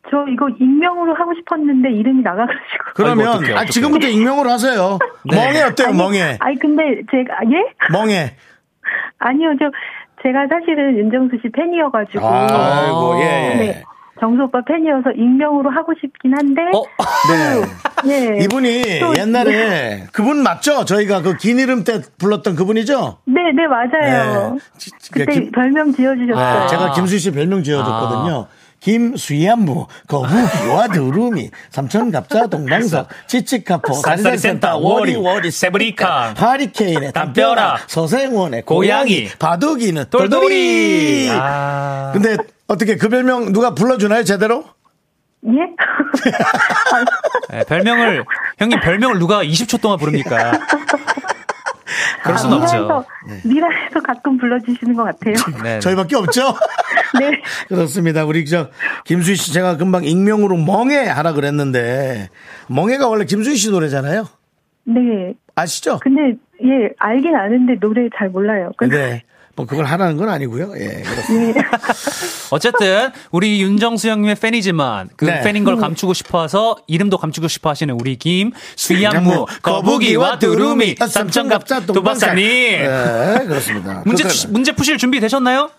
저 이거 익명으로 하고 싶었는데 이름이 나가가지고. 그러면 아이고, 어떡해, 아, 어떡해. 네. 지금부터 익명으로 하세요. 멍해 어때요? 멍해. 아니, 근데 제가, 예? 멍해. 아니요, 저, 제가 사실은 윤정수 씨 팬이어가지고. 아이고, 예, 예. 네. 정수 오빠 팬이어서 익명으로 하고 싶긴 한데. 어? 네. 예. 이분이 또- 네. 옛날에 그분 맞죠? 저희가 그 긴 이름 때 불렀던 그분이죠? 네, 네, 맞아요. 네. 지- 지- 그때 김- 별명 지어주셨어요. 네, 제가 김수희 씨 별명 지어줬거든요. 김수이안무 거부 요아 두루미 삼천 갑자 동방석 치치카포 산사리센터, 다리센터 워리 워리 세브리카. 하리케인의 담벼락 서생원의 고양이 고양이, 바둑이는 돌돌이. 돌돌이. 아. 근데 어떻게 그 별명 누가 불러주나요 제대로? 예? 네, 별명을 형님 별명을 누가 20초 동안 부릅니까? 그럴 순 아, 없죠. 미라에서, 네. 미라에서 가끔 불러주시는 것 같아요. 네. 저희밖에 없죠. 네. 그렇습니다. 우리 저 김수희 씨 제가 금방 익명으로 멍해 하라 그랬는데 멍해가 원래 김수희 씨 노래잖아요. 네. 아시죠? 근데, 예, 알긴 아는데 노래 잘 몰라요. 그, 근데, 네. 뭐 그걸 하라는 건 아니고요. 예. 그렇습니다. 어쨌든 우리 윤정수 형님의 팬이지만 그 네. 팬인 걸 감추고 싶어서 이름도 감추고 싶어 하시는 우리 김수양무 거북이와 두루미 삼천갑자 예, 도박사님 그렇습니다. 문제 그렇습니다. 푸시- 문제 푸실 준비 되셨나요?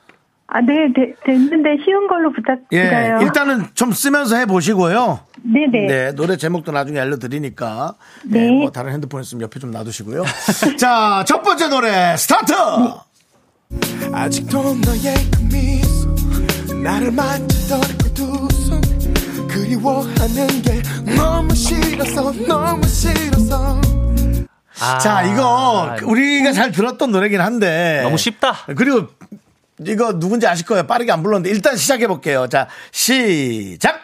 아, 네, 되- 됐는데 쉬운 예, 걸로 부탁드려요. 일단은 좀 쓰면서 해보시고요. 네네. 네. 노래 제목도 나중에 알려드리니까. 네. 네. 뭐 다른 핸드폰 있으면 옆에 좀 놔두시고요. 자, 첫 번째 노래 스타트! 아직도 너의 그 미소 그 나를 만지던 그 두손 그리워하는 게 너무 싫어서 너무 싫어서 아, 자, 이거 우리가 네. 잘 들었던 노래긴 한데. 너무 쉽다. 그리고 이거 누군지 아실 거예요. 빠르게 안 불렀는데 일단 시작해볼게요. 자, 시작!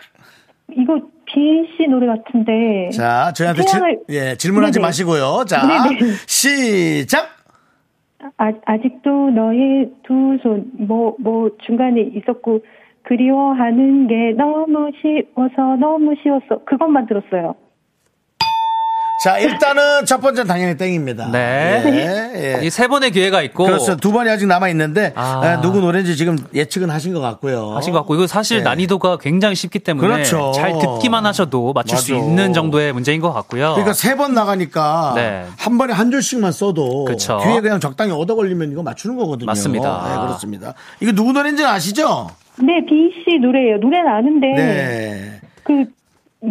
이거 빈씨 노래 같은데. 자, 저희한테 태양을- 질, 예, 질문하지 네네. 마시고요. 자, 네네. 시작! 아, 아직도 너의 두 손, 뭐, 뭐, 중간에 있었고, 그리워하는 게 너무 쉬워서, 너무 쉬웠어. 그것만 들었어요. 자, 일단은 첫 번째 는 당연히 땡입니다. 네. 예, 예. 이 세 번의 기회가 있고 그렇죠. 두 번이 아직 남아 있는데 예, 아. 누구 노래인지 지금 예측은 하신 것 같고요. 하신 것 같고 이거 사실 네. 난이도가 굉장히 쉽기 때문에 그렇죠. 잘 듣기만 하셔도 맞출 수 맞아. 있는 정도의 문제인 것 같고요. 그러니까 세 번 나가니까 네. 한 번에 한 줄씩만 써도 그쵸. 뒤에 그냥 적당히 얻어 걸리면 이거 맞추는 거거든요. 맞습니다. 네, 그렇습니다. 이거 누구 노래인지 아시죠? 네, 빈씨 노래예요. 노래는 아는데. 네. 그,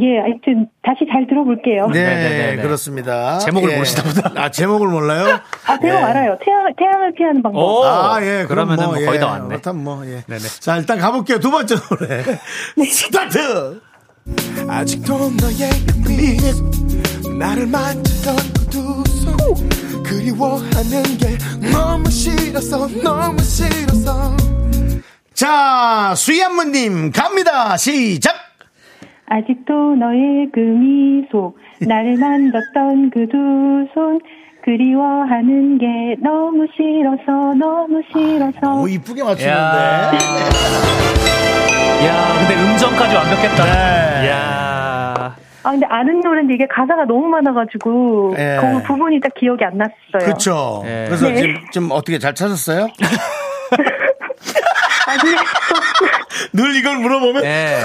예, 하여튼, 다시 잘 들어볼게요. 네, 네네네. 그렇습니다. 제목을 예. 모르시나 보다. 아, 제목을 몰라요? 아, 제가 예. 알아요. 태양, 태양을 피하는 방법. 오, 아, 예. 그럼 그러면은 뭐 거의 예, 다 왔네. 그렇다면 뭐, 예. 네네. 자, 일단 가볼게요. 두 번째 노래. 네. 스타트! 아직도 너의 그 미소 나를 만지던 그 두손 그리워하는 게 너무 싫어서 너무 싫어서 자, 수현무님 갑니다. 시작. 아직도 너의 그 미소, 나를 만졌던 그 두 손, 그리워하는 게 너무 싫어서, 너무 싫어서. 오 이쁘게 야. 맞추는데. 야, 근데 음정까지 완벽했다. 네. 야. 아, 근데 아는 노래인데 이게 가사가 너무 많아가지고, 예. 그 부분이 딱 기억이 안 났어요. 그렇죠. 예. 그래서 네. 지금 좀 어떻게 잘 찾았어요? 아, 근데 또 늘 이걸 물어보면 예.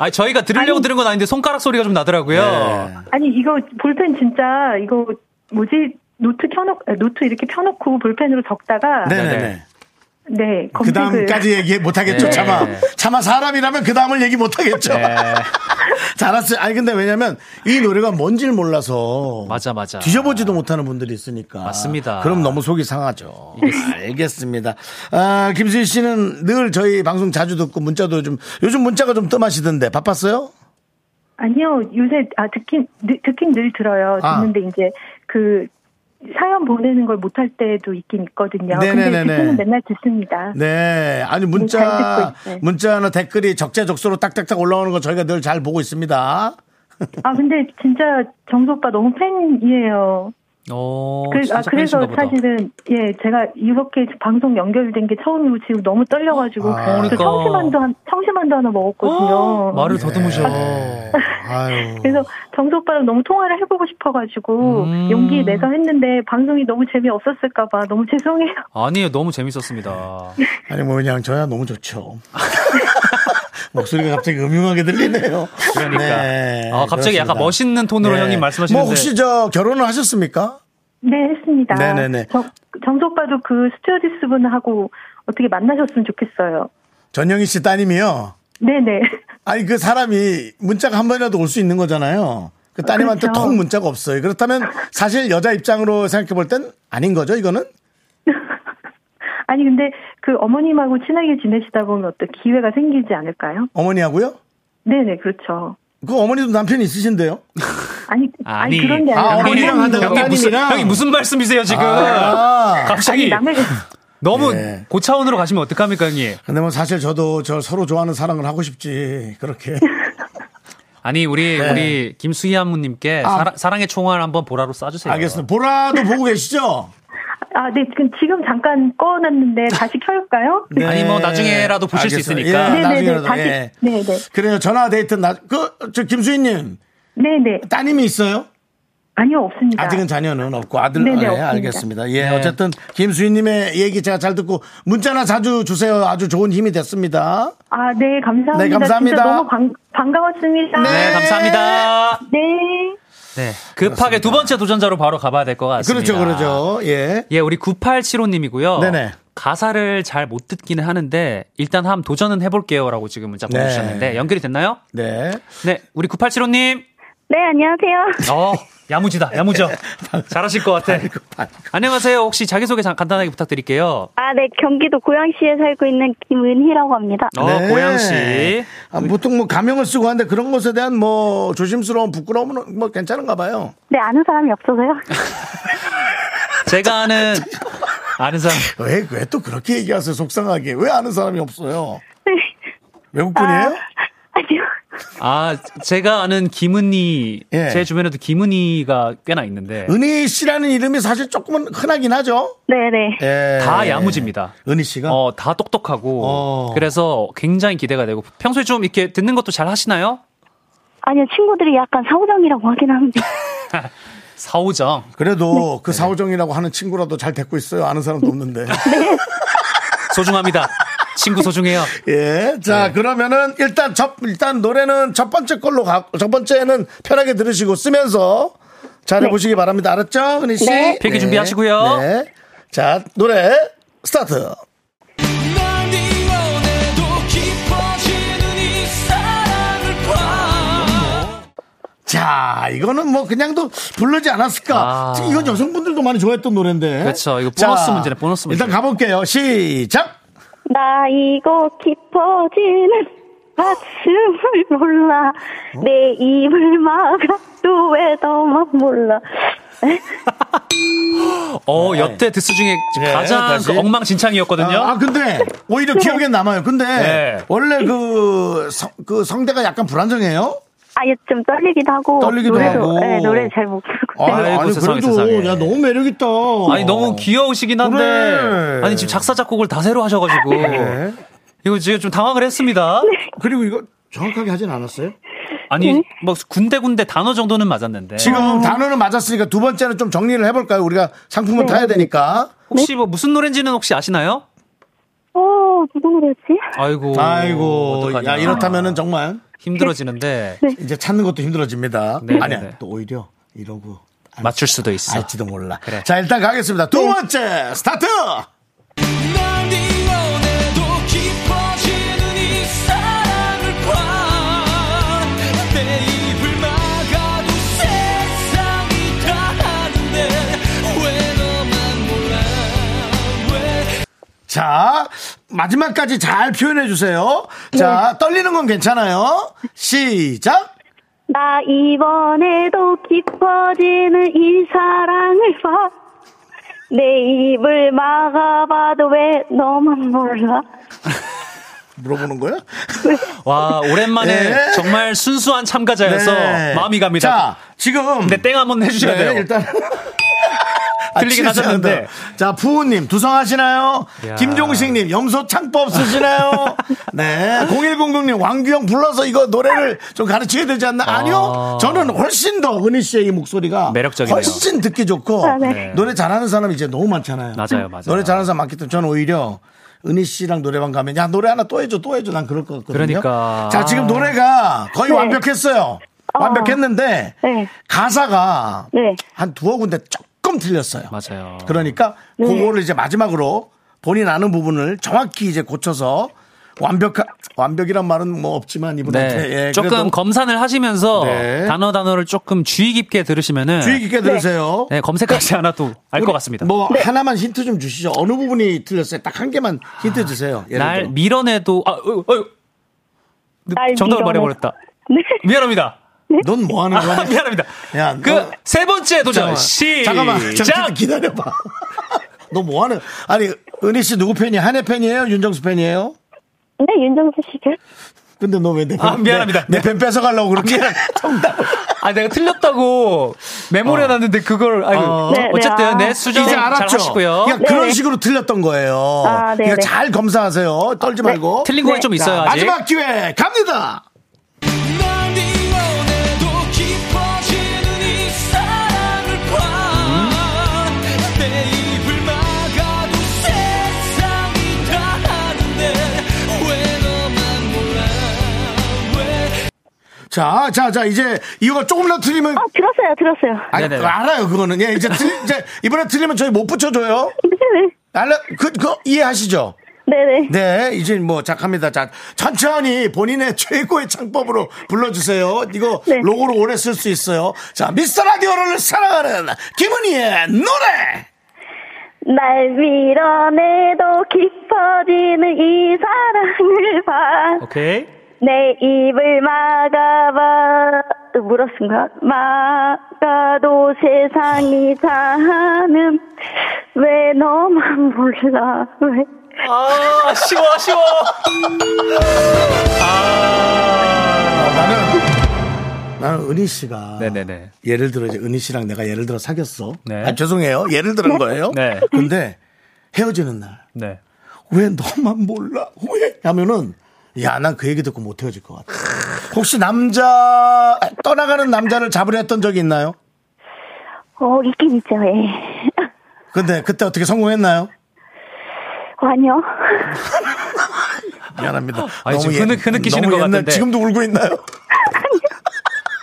아 저희가 들으려고 들은 건 아닌데 손가락 소리가 좀 나더라고요. 네. 아니 이거 볼펜 진짜 이거 뭐지 노트 켜놓 아, 노트 이렇게 펴놓고 볼펜으로 아, 적다가 네, 네네네. 그 검색을 다음까지 얘기 못 하겠죠. 네. 차마 차마 사람이라면 그 다음을 얘기 못 하겠죠. 예. 잘았어요. 아니 근데 왜냐면 이 노래가 뭔지를 몰라서 맞아, 맞아. 뒤져보지도 못하는 분들이 있으니까 맞습니다. 그럼 너무 속이 상하죠. 알겠습니다. 아, 김수희 씨는 늘 저희 방송 자주 듣고 문자도 좀 요즘 문자가 좀 뜸하시던데 바빴어요? 아니요 요새 아 듣긴 느- 듣긴 늘 들어요 아. 듣는데 이제 그 사연 보내는 걸 못할 때도 있긴 있거든요. 네네네네. 근데 듣기는 맨날 듣습니다. 네. 아니 네, 잘 문자 듣고 있어요. 문자나 댓글이 적재적소로 딱딱딱 올라오는 거 저희가 늘 잘 보고 있습니다. 아 근데 진짜 정수 오빠 너무 팬이에요. 어, 그, 진짜 아, 그래서 팬이신가 보다. 사실은 예 제가 이렇게 방송 연결된 게 처음이고 지금 너무 떨려가지고 아, 저 그러니까. 어, 청심환도 한 청심환도 하나 먹었거든요. 말을 더듬으셔. 어, 아유. 네. 그래서 정수 오빠랑 너무 통화를 해보고 싶어가지고 음. 용기 내서 했는데 방송이 너무 재미없었을까봐 너무 죄송해요. 아니에요, 너무 재밌었습니다. 아니 뭐 그냥 저야 너무 좋죠. 목소리가 갑자기 음흉하게 들리네요. 그러니까. 네, 아, 갑자기 그렇습니다. 약간 멋있는 톤으로 네. 형님 말씀하시는데. 뭐 혹시 저 결혼을 하셨습니까? 네 했습니다. 네네네. 정, 정수 오빠도 그 스튜어디스 분하고 어떻게 만나셨으면 좋겠어요. 전영희 씨 따님이요. 네네. 아니 그 사람이 문자가 한 번이라도 올 수 있는 거잖아요. 그 따님한테 그렇죠. 통 문자가 없어요. 그렇다면 사실 여자 입장으로 생각해 볼 땐 아닌 거죠, 이거는? 아니 근데 그 어머님하고 친하게 지내시다 보면 어떤 기회가 생기지 않을까요? 어머니하고요? 네네 그렇죠. 그 어머니도 남편이 있으신데요? 아니 아니, 아니. 그런 게 아니라 아, 어머니랑 어머님이- 한다고? 형님 무슨, 따님이랑. 형님 무슨 말씀이세요, 지금? 아. 아니 갑자기 남의 너무 네. 고차원으로 가시면 어떡합니까, 형님? 근데 뭐 사실 저도 저 서로 좋아하는 사랑을 하고 싶지. 그렇게. 아니, 우리, 네. 우리 김수희 한무님께 아. 사랑, 사랑의 총알 한번 보라로 쏴주세요. 알겠습니다. 보라도 보고 계시죠? 아네 지금 지금 잠깐 꺼놨는데 다시 켤까요? 네. 아니, 뭐 나중에라도 보실 수 알겠어요. 있으니까. 예, 네네네 나중에라도. 다시 예. 네네 그래요. 전화 데이트 나 그 저 김수희님 네네 따님이 있어요? 아니요 없습니다. 아직은 자녀는 없고 아들 네. 네네, 예, 없습니다. 알겠습니다. 예 네. 어쨌든 김수희님의 얘기 제가 잘 듣고 문자나 자주 주세요. 아주 좋은 힘이 됐습니다. 아 네 감사합니다. 네, 감사합니다. 진짜 너무 반, 반가웠습니다. 네, 감사합니다. 네. 네. 급하게 두 번째 도전자로 바로 가봐야 될 것 같습니다. 그렇죠, 그렇죠. 예. 예, 우리 9875님이고요. 네네. 가사를 잘 못 듣기는 하는데 일단 함 도전은 해볼게요라고 지금 문자 네. 보내주셨는데 연결이 됐나요? 네. 네, 우리 9875님. 네, 안녕하세요. 어, 야무지다, 야무져. 잘하실 것 같아. 안녕하세요. 혹시 자기소개 잠- 간단하게 부탁드릴게요. 아, 네, 경기도 고양시에 살고 있는 김은희라고 합니다. 어, 네. 고양씨. 아, 보통 뭐 가명을 쓰고 하는데 그런 것에 대한 뭐 조심스러운 부끄러움은 뭐 괜찮은가 봐요. 네, 아는 사람이 없어서요. 제가 아는, 아는 사람. 왜 왜 또 그렇게 얘기하세요? 속상하게 왜 아는 사람이 없어요? 외국 분이에요? 아, 아니요. 아, 제가 아는 김은희. 예. 제 주변에도 김은희가 꽤나 있는데. 은희 씨라는 이름이 사실 조금은 흔하긴 하죠. 네, 네. 예. 다 야무집니다. 은희 씨가 어, 다 똑똑하고. 어. 그래서 굉장히 기대가 되고. 평소에 좀 이렇게 듣는 것도 잘 하시나요? 아니요, 친구들이 약간 사우정이라고 하긴 하는데. 사오정. 네. 그래도 그 사오정이라고 하는 친구라도 잘 데리고 있어요. 아는 사람도 없는데. 네. 소중합니다. 친구 소중해요. 예. 네. 자, 그러면은 일단 첫 일단 노래는 첫 번째 걸로 가. 첫 번째는 편하게 들으시고 쓰면서 네. 잘해 보시기 바랍니다. 알았죠? 은희 씨. 네. 필기 준비하시고요. 네. 자, 노래 스타트. 난 이번에도 깊어지는 이 사랑을 봐 자, 이거는 뭐 그냥도 부르지 않았을까? 아. 특히 이건 여성분들도 많이 좋아했던 노래인데. 그렇죠. 이거 보너스 문제네, 보너스 문제. 일단 가볼게요. 시작. 나 이거 깊어지는 가슴을 몰라. 어? 내 입을 막아. 또 왜 너만 몰라. 네? 어, 여태 디스 중에 네, 가장 다시. 그 엉망진창이었거든요. 아, 근데 오히려 기억에 남아요. 근데 네. 원래 그, 성, 그 성대가 약간 불안정해요? 아예 좀 떨리기도 하고. 떨리기도 노래도, 하고. 네, 노래 잘 못 부르고. 아니, 아이고, 아니 세상에, 그래도 세상에. 야 너무 매력 있다. 아니 어, 너무 귀여우시긴 한데 그래. 아니 지금 작사 작곡을 다 새로 하셔가지고 네. 이거 지금 좀 당황을 했습니다. 그리고 이거 정확하게 하진 않았어요? 아니 뭐 군데군데 단어 정도는 맞았는데 지금 단어는 맞았으니까 두 번째는 좀 정리를 어. 해볼까요? 우리가 상품을 타야 되니까. 혹시 뭐 무슨 노래인지는 혹시 아시나요? 오, 어, 누가 그랬지? 아이고. 아이고, 어떡하냐. 야, 이렇다면은 정말 힘들어지는데 이제 찾는 것도 힘들어집니다. 네, 아니야, 네, 네. 또 오히려 이러고 알- 맞출 수도 있어. 알지도 몰라. 자, 일단 가겠습니다. 두 번째 스타트. 난 이번에도 깊어지는 이 사랑을 봐내 입을 막아도 세상이 다 아는데 왜 너만 몰라 왜 자, 마지막까지 잘 표현해 주세요. 자, 떨리는 건 괜찮아요. 시작. 나 이번에도 깊어지는 이 사랑을 봐. 내 입을 막아봐도 왜 너만 몰라? 물어보는 거예요? 와 오랜만에 네. 정말 순수한 참가자여서 네. 마음이 갑니다. 자, 지금 근데 땡 한번 해주셔야 네, 돼요. 일단 아, 들리긴 치우지 하셨는데. 않는다. 자, 부우님, 두성하시나요? 야. 김종식님, 염소 창법 쓰시나요? 네. 0100님, 왕규형 불러서 이거 노래를 좀 가르쳐야 되지 않나? 아니요. 아. 저는 훨씬 더 은희 씨의 이 목소리가 매력적이네요. 훨씬 듣기 좋고 아, 네. 네. 노래 잘하는 사람 이제 너무 많잖아요. 맞아요, 맞아요. 노래 잘하는 사람 많기 때문에 저는 오히려 은희 씨랑 노래방 가면 야 노래 하나 또 해줘 또 해줘 난 그럴 것 같거든요. 그러니까. 자 지금 노래가 거의 완벽했어요. 완벽했는데 네. 가사가 네. 한 두어 군데 조금 틀렸어요. 맞아요. 그러니까 그거를 이제 마지막으로 본인 아는 부분을 정확히 이제 고쳐서 완벽한 완벽이란 말은 뭐 없지만 이분한테 네. 예, 조금 그래도 검산을 하시면서 네. 단어 단어를 조금 주의 깊게 들으시면은 주의 깊게 들으세요. 네, 검색하지 않아도 알 것 같습니다. 뭐 하나만 힌트 좀 주시죠. 어느 부분이 틀렸어요? 딱 한 개만 힌트 주세요. 예를 아, 날 들어. 밀어내도 아, 어휴, 어휴. 날 정답을 밀어내- 말해버렸다. 네. 미안합니다. 넌 뭐 하는 아, 거야? 미안합니다. 야, 너- 그 세 번째 도전 어? 잠깐만. 시작. 잠깐만. 잠깐 기다려봐. 너 뭐 하는? 아니 은희 씨 누구 팬이야? 한혜 팬이에요? 윤정수 팬이에요? 네, 윤정수 씨가. 근데 너 왜내 아, 미안합니다. 내팬 뺏어 가려고 그렇게 아 내가 틀렸다고 메모를 해놨는데 그걸 아유. 어. 네, 네, 어쨌든 아. 네 수정 이제 잘 알았죠. 하시고요. 네, 그러니까 그런 식으로 틀렸던 거예요. 아, 네, 그러니까 네. 아, 잘 검사하세요. 떨지 말고. 틀린 거에 좀 자, 있어요 네. 아직. 마지막 기회 갑니다. 난 이번에도 깊어지는 이 사랑을 봐내 입을 막아도 세상이 다 아는데 왜 너만 몰라 왜 자, 자, 자 이제 이거 조금만 틀리면 아, 들었어요, 들었어요. 아니, 네네네. 알아요 그거는. 예, 이제 틀, 이제 이번에 틀리면 저희 못 붙여줘요. 네네. 알아? 그, 그 이해하시죠? 네네. 네, 이제 뭐 작합니다. 자, 천천히 본인의 최고의 창법으로 불러주세요. 이거 네. 로고로 오래 쓸 수 있어요. 자, 미스터 라디오를 사랑하는 김은희의 노래. 날 밀어내도 깊어지는 이 사랑을 봐. 오케이. 내 입을 막아봐. 물었은가? 막아도 세상이 다 아는 왜 너만 몰라? 왜? 아 쉬워 쉬워. 나는 은희 씨가 네네네. 예를 들어 이제 은희 씨랑 내가 예를 들어 사귀었어. 네. 아, 죄송해요. 예를 들은 거예요. 네. 근데 헤어지는 날 왜 네. 너만 몰라? 왜? 하면은 야, 난 그 얘기 듣고 못 헤어질 것 같아. 혹시 남자 아, 떠나가는 남자를 잡으려 했던 적이 있나요? 어, 있긴 있죠, 예. 근데 그때 어떻게 성공했나요? 어, 아니요. 미안합니다. 아니, 지금 옛- 흐느- 흐느끼시는 너무 것 옛날- 같은데. 지금도 울고 있나요?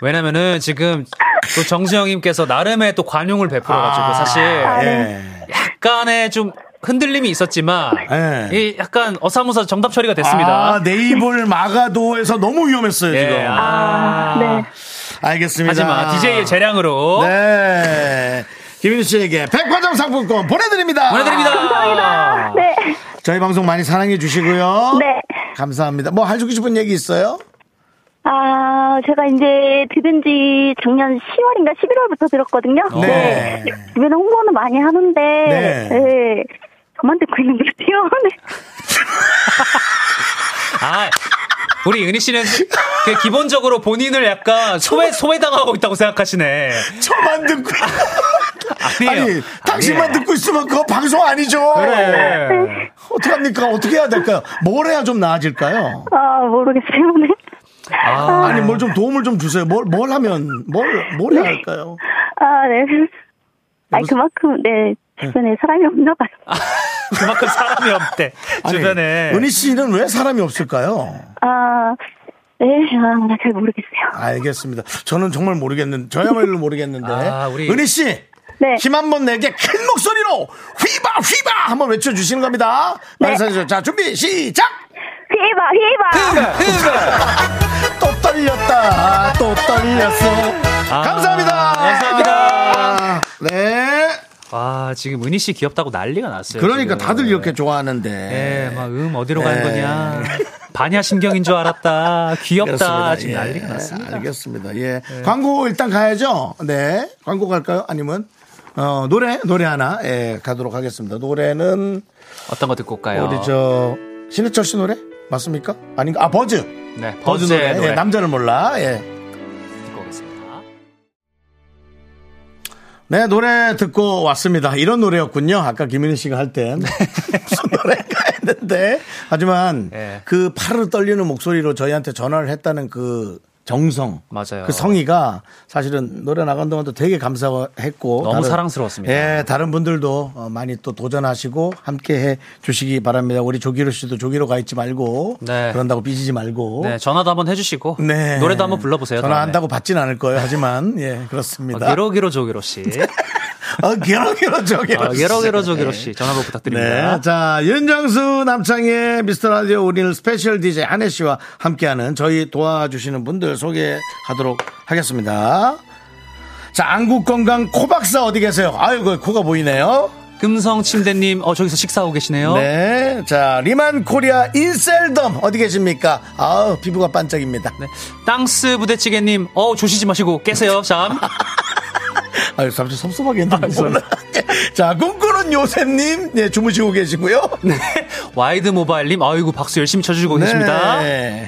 왜냐면은 지금 또 정수영님께서 나름의 또 관용을 베풀어가지고 아, 아. 사실 예. 약간의 좀 흔들림이 있었지만 예. 이 약간 어사무사 정답 처리가 됐습니다. 아, 네, 내 입을 막아도에서 너무 위험했어요, 예, 지금. 아. 네. 알겠습니다. 하지만 DJ의 재량으로 네. 김민우 씨에게 백화점 상품권 보내드립니다. 보내드립니다. 아. 감사합니다. 네. 저희 방송 많이 사랑해 주시고요. 네. 감사합니다. 뭐 해주고 싶은 얘기 있어요? 아, 제가 이제 들은 지 작년 10월인가 11월부터 들었거든요. 네. 주변에 홍보는 많이 하는데, 네. 예. 저만 듣고 있는 것 같아요. 네. 아, 우리 은희 씨는 그 기본적으로 본인을 약간 소외 소외당하고 있다고 생각하시네. 저만 듣고. 아니에요. 아니, 당신만 아니에요. 듣고 있으면 그거 방송 아니죠. 그래. 어떡합니까? 어떻게 해야 될까요? 뭘 해야 좀 나아질까요? 아, 모르겠어요. 네. 아, 아니, 뭘 좀 도움을 좀 주세요. 뭘, 뭘 하면, 뭘, 뭘 해야 할까요? 네, 아, 네. 아니, 그만큼, 네. 주변에 사람이 없나 봐요. 그만큼 사람이 없대. 아니, 주변에. 은희 씨는 왜 사람이 없을까요? 아, 네, 아, 잘 모르겠어요. 알겠습니다. 저는 정말 모르겠는, 저야말로 모르겠는데. 아, 우리- 은희 씨! 네. 힘 한 번 내게 큰 목소리로 휘바 휘바 한번 외쳐주시는 겁니다. 많이 사주세요. 자 준비 시작. 휘바, 휘바! 또 떨렸다. 아, 또 떨렸어. 아, 감사합니다. 감사합니다. 네. 와, 지금 은희 씨 귀엽다고 난리가 났어요. 그러니까 지금. 다들 네. 이렇게 좋아하는데. 예, 막, 음, 어디로 가는 예. 거냐. 반야신경인 줄 알았다. 귀엽다. 그렇습니다. 지금 예, 난리가 났습니다. 네. 알겠습니다. 예. 광고 일단 가야죠. 네. 광고 갈까요? 아니면 어, 노래 노래 하나 예, 가도록 하겠습니다. 노래는 어떤 거 듣고 올까요? 우리 저 신해철 씨 노래 맞습니까? 아닌가? 아 버즈. 네, 버즈 노래. 버즈의 노래 예, 남자를 몰라. 예. 듣고 오겠습니다. 네, 노래 듣고 왔습니다. 이런 노래였군요. 아까 김민희 씨가 할 땐. 네. 무슨 노래가 했는데. 하지만 예. 그 파르르 떨리는 목소리로 저희한테 전화를 했다는 그 정성. 맞아요. 그 성의가 사실은 노래 나간 동안도 되게 감사했고. 너무 사랑스러웠습니다. 예, 다른 분들도 어, 많이 또 도전하시고 함께 해 주시기 바랍니다. 우리 조기로 씨도 조기로 가 있지 말고. 네. 그런다고 삐지지 말고. 네, 전화도 한번 해주시고. 네. 노래도 한번 불러보세요. 전화한다고 받진 않을 거예요. 하지만. 예, 그렇습니다. 기로기로 조기로 씨. 어, 괴로, 괴로, 저, 괴로. 어, 예로 예로 조기로 씨 전화 한번 부탁드립니다. 네. 자, 윤정수 남창의 미스터 라디오 오늘 스페셜 DJ 한혜 씨와 함께하는 저희 도와주시는 분들 소개하도록 하겠습니다. 자, 안국 건강 코박사 어디 계세요? 아유, 그 코가 보이네요. 금성 침대님, 어 저기서 식사하고 계시네요. 네. 자, 리만 코리아 인셀덤 어디 계십니까? 아우, 피부가 반짝입니다. 네. 땅스 부대찌개님, 어 조시지 마시고 깨세요, 잠. 아유, 잠시 섭섭하게 했는데. 몰라. 자, 꿈꾸는 요셉님, 예, 주무시고 계시고요. 네. 와이드 모바일님, 아이고 박수 열심히 쳐주고 계십니다. 네.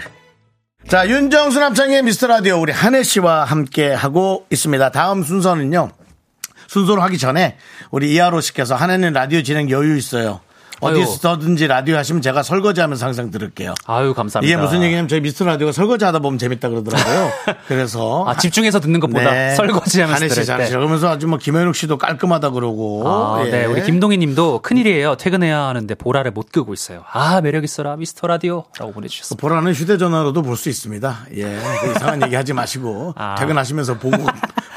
자, 윤정수 남창의 미스터 라디오 우리 한혜 씨와 함께 하고 있습니다. 다음 순서는요. 순서로 하기 전에 우리 이하로 씨께서 한혜는 라디오 진행 여유 있어요. 아유. 어디서든지 라디오 하시면 제가 설거지하면서 항상 들을게요. 아유 감사합니다. 이게 무슨 얘기냐면 저희 미스터 라디오가 설거지 하다 보면 재밌다 그러더라고요. 그래서 아 집중해서 듣는 것보다 설거지하면서 한혜 씨 들을 때. 네. 잘하시죠. 그러면서 아주 뭐 김현욱 씨도 깔끔하다 그러고. 아, 예. 네, 우리 김동희님도 큰일이에요. 퇴근해야 하는데 보라를 못 끄고 있어요. 아 매력 있어라 미스터 라디오라고 보내주셨습니다. 보라는 휴대전화로도 볼 수 있습니다. 예. 그 이상한 얘기 하지 마시고. 아. 퇴근하시면서 보고,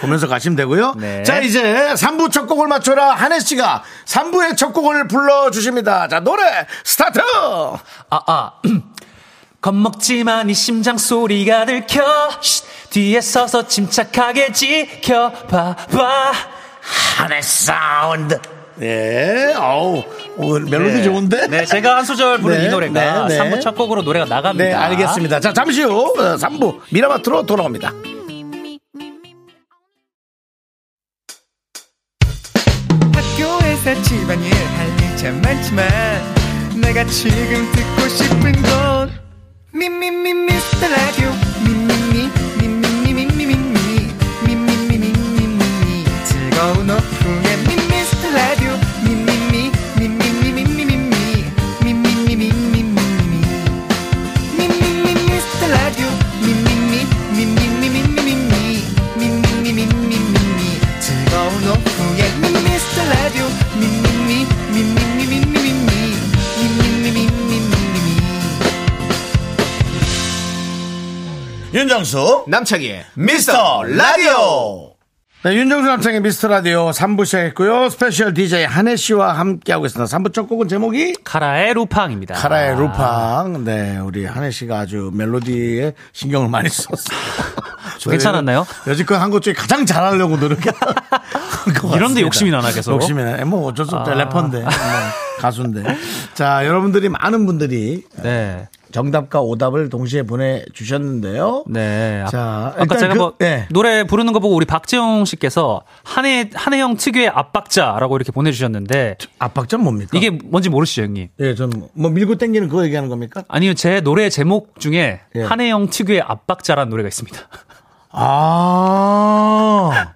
보면서 가시면 되고요. 네. 자, 이제 3부 첫 곡을 맞춰라. 한혜 씨가 3부의 첫 곡을 불러주십니다. 자, 노래 스타트! 아, 아. 겁먹지만 이 심장 소리가 들켜. 쉿, 뒤에 서서 침착하게 지켜봐봐. 한혜 사운드. 예, 어우, 오늘 멜로디 좋은데? 네, 제가 한 소절 부른 네, 이 노래가 네, 네. 3부 첫 곡으로 노래가 나갑니다. 네, 알겠습니다. 자, 잠시 후 3부 미라마트로 돌아옵니다. 학교에서 집안일 할 일 참 많지만 내가 지금 듣고 싶은 건 미미미 미스터 라디오 미미미 미미미 미미미 미미미 미미미 즐거운 오후에 미스터 라디오 미미미 미미미 미미미 미미미 미미미 윤정수 남창희의 미스터 라디오 네, 윤정수 남창희 미스터 라디오 3부 시작했고요 스페셜 DJ 한혜 씨와 함께하고 있습니다 3부 첫 곡은 제목이 카라의 루팡입니다. 카라의 루팡 네 우리 한혜 씨가 아주 멜로디에 신경을 많이 썼어요 좀 괜찮았나요? 여지껏 한 것 중에 가장 잘하려고 노력했던 것 이런데 같습니다. 욕심이 나나 계속? 아. 욕심이 나. 뭐 어쩔 수 없다 래퍼인데 뭐 가수인데 자 여러분들이 많은 분들이 네. 정답과 오답을 동시에 보내주셨는데요 네. 아- 자, 아까 일단 제가 그- 뭐 네. 노래 부르는 거 보고 우리 박재영 씨께서 한해 한해형 특유의 압박자라고 이렇게 보내주셨는데 압박점 뭡니까? 이게 뭔지 모르시죠, 형님? 예, 전 뭐 밀고 땡기는 그거 얘기하는 겁니까? 아니요, 제 노래 제목 중에 예. 한혜영 특유의 압박자라는 노래가 있습니다. 아.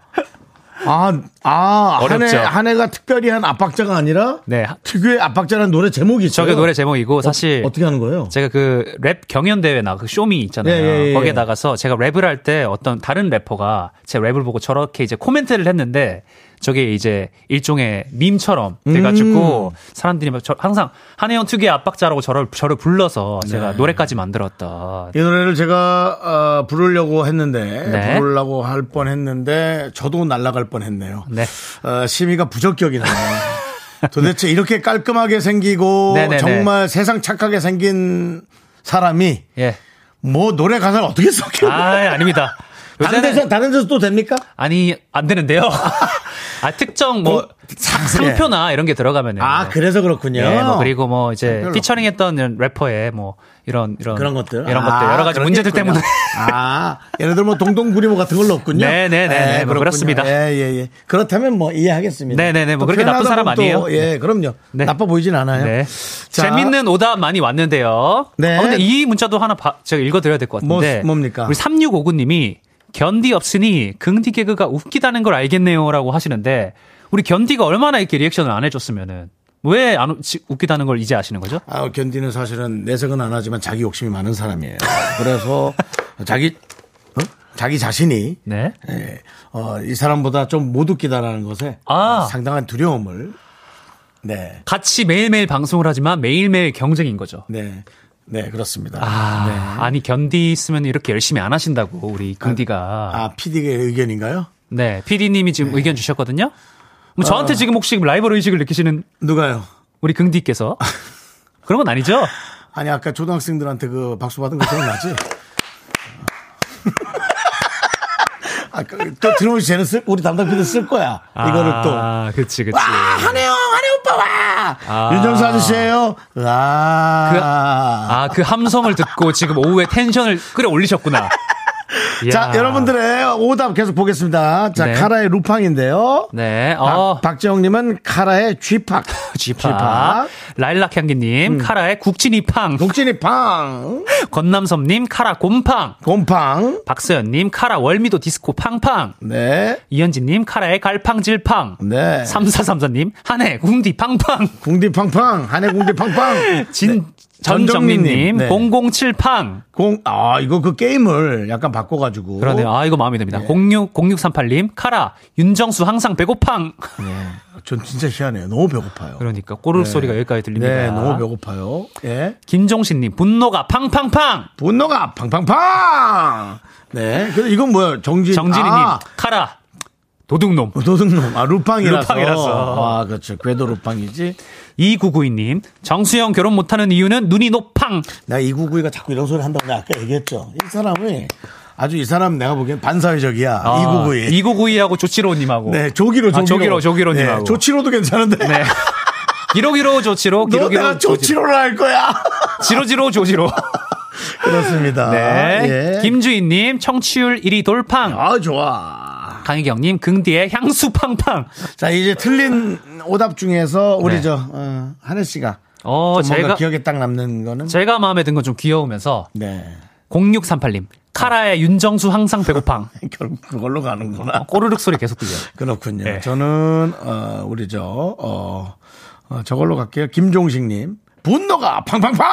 아, 아, 한 해, 아. 어렵죠. 한 해가 특별히 한 압박자가 아니라 네. 특유의 압박자라는 노래 제목이 있어요. 저게 노래 제목이고 사실 어떻게 하는 거예요? 제가 그 랩 경연 대회 나그 쇼미 있잖아요. 예, 예, 예. 거기에 나가서 제가 랩을 할 때 어떤 다른 래퍼가 제 랩을 보고 저렇게 이제 코멘트를 했는데 저게 이제 일종의 밈처럼 돼가지고 음. 사람들이 막 저, 항상 한혜연 특유의 압박자라고 저를 저를 불러서 네. 제가 노래까지 만들었다. 이 노래를 제가 어, 부르려고 했는데 네. 부르려고 할 뻔했는데 저도 날아갈 뻔했네요. 네. 어, 심의가 부적격이네요. 도대체 이렇게 깔끔하게 생기고 네네네. 정말 세상 착하게 생긴 사람이 예. 뭐 노래 가사를 어떻게 아 섞여요? 아닙니다. 다른 요새는- 데서 다른 데서 또 됩니까? 아니 안 되는데요. 아 특정 뭐 상- 상표나 이런 게 들어가면은 아 뭐 그래서 그렇군요. 예, 뭐 그리고 뭐 이제 어. 별로. 피처링했던 이런 래퍼의 뭐 이런 이런 그런 것들 이런 아, 것들 여러 가지 그런 게 문제들 있군요. 때문에 아 예를 들어 뭐 동동구리모 같은 걸로 없군요. 예, 네, 네, 네, 네, 뭐 그렇습니다. 예예예. 그렇다면 뭐 이해하겠습니다. 네, 네, 네, 뭐 또 그렇게 나쁜 표현하다 사람 보면 또, 아니에요? 예 그럼요. 네. 나빠 보이진 않아요. 네. 자. 재밌는 오답 많이 왔는데요. 네. 아, 근데 이 문자도 하나 봐- 제가 읽어드려야 될 것 같은데 뭐- 뭡니까? 우리 3659님이 견디 없으니 긍디 개그가 웃기다는 걸 알겠네요라고 하시는데 우리 견디가 얼마나 이렇게 리액션을 안 해줬으면은 왜 안 웃기다는 걸 이제 아시는 거죠? 아, 견디는 사실은 내색은 안 하지만 자기 욕심이 많은 사람이에요. 그래서 자기 어? 자기 자신이 네. 예, 어, 이 사람보다 좀 못 웃기다라는 것에 아. 상당한 두려움을 네. 같이 매일매일 방송을 하지만 매일매일 경쟁인 거죠. 네. 네, 그렇습니다. 아, 아니 견디 있으면 이렇게 열심히 안 하신다고 우리 긍디가. 아, PD의 의견인가요? 네, PD님이 지금 의견 주셨거든요. 어. 그럼 저한테 지금 혹시 라이벌 의식을 느끼시는 누가요? 우리 긍디께서 그런 건 아니죠? 아니, 아까 초등학생들한테 그 박수 받은 거 기억나지? 아까 그, 또 들어오시 쟤는 쓸, 우리 담당 PD 쓸 거야. 이거를 또. 아, 그치, 그치. 와, 한혜영, 한혜 오빠 와! 아. 윤정수 아저씨예요 와. 그, 아, 그 함성을 듣고 지금 오후에 텐션을 끌어올리셨구나. 이야. 자, 여러분들의 오답 계속 보겠습니다. 자, 네. 카라의 루팡인데요. 네, 어. 박, 박재영님은 카라의 쥐팍. 지파. 라일락 음. 향기님, 카라의 국진이팡. 녹진이 팡. 권남섭님, 카라 곰팡. 곰팡. 박서연님, 카라 월미도 디스코 팡팡. 네. 이현진님, 카라의 갈팡질팡. 네. 3434님, 한해, 궁디, 팡팡. 궁디팡팡. 한해 궁디팡팡. 진, 전정민님, 네. 전정민님. 네. 007팡. 공, 아, 이거 그 게임을 약간 바꿔가지고. 그러네요. 아, 이거 마음에 듭니다. 06, 0638님, 카라, 윤정수 항상 배고팡. 네. 전 진짜 희한해요. 너무 배고파요. 그러니까, 꼬르륵 소리가 여기까지 들립니다. 네, 너무 배고파요. 예. 김종신님, 분노가 팡팡팡! 아. 분노가 팡팡팡! 네. 근데 이건 뭐야? 정진. 정진희님, 아, 카라, 도둑놈. 도둑놈. 아, 루팡이라서. 루팡이라서. 아, 그렇죠. 궤도 루팡이지. 2992님, 정수영 결혼 못하는 이유는 눈이 높팡. 나 이구구이가 자꾸 이런 소리 한다고 내가 아까 얘기했죠. 이 사람이 아주 이 사람 내가 보기엔 아. 반사회적이야. 이구구이. 2992하고 조치로님하고. 네, 조기로, 아, 조기로. 조기로, 조기로님하고. 네, 조치로도 괜찮은데. 네. 기로기로 조치로, 너 기로기로 내가 조치로를 할 거야. 지로지로 조지로. 그렇습니다. 네. 아, 예. 김주인님, 청취율 1위 돌팡. 아, 좋아. 강희경님, 긍디의 향수팡팡. 자, 이제 틀린 오답 중에서 우리 네. 저, 어, 하늘 씨가. 어, 좀 뭔가 제가, 기억에 딱 남는 거는. 제가 마음에 든 건 좀 귀여우면서. 네. 0638님, 카라의 윤정수 항상 배고팡. 결국 그걸로 가는구나. 꼬르륵 소리 계속 들려요. 그렇군요. 어. 네. 저는 어, 우리 저 어, 어, 저걸로 갈게요. 김종식님 분노가 팡팡팡.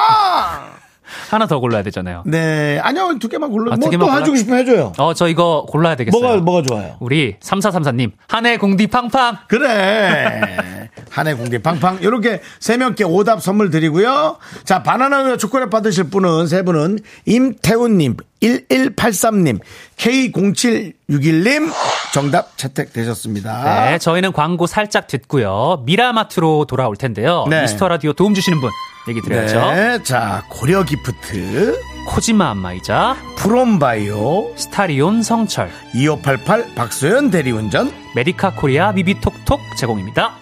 하나 더 골라야 되잖아요. 네, 아니요 두 개만 골라. 아, 두 뭐 개만 또 골라? 해주고 싶으면 해줘요. 어, 저 이거 골라야 되겠어요. 뭐가 뭐가 좋아요? 우리 3434님, 한해 공디 팡팡. 그래. 한해 공기 팡팡. 이렇게 세 명께 오답 선물 드리고요. 자, 바나나우유 초콜릿 받으실 분은 세 분은 임태훈님, 1183님, K0761님 정답 채택되셨습니다. 네, 저희는 광고 살짝 듣고요. 미라마트로 돌아올 텐데요. 네. 미스터 라디오 도움 주시는 분 얘기 드려야죠. 네, 자 고려 기프트, 코지마 안마이자, 프롬바이오, 스타리온 성철, 2588 박소연 대리운전, 메디카 코리아 비비톡톡 제공입니다.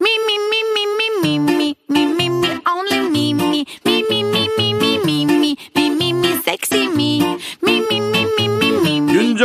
Me, me, me, me, me, me, me, me, me, me, only me, me, me, me, me, me, me, me, me, me, me, me, sexy me, me, me, me, me, me, me, me,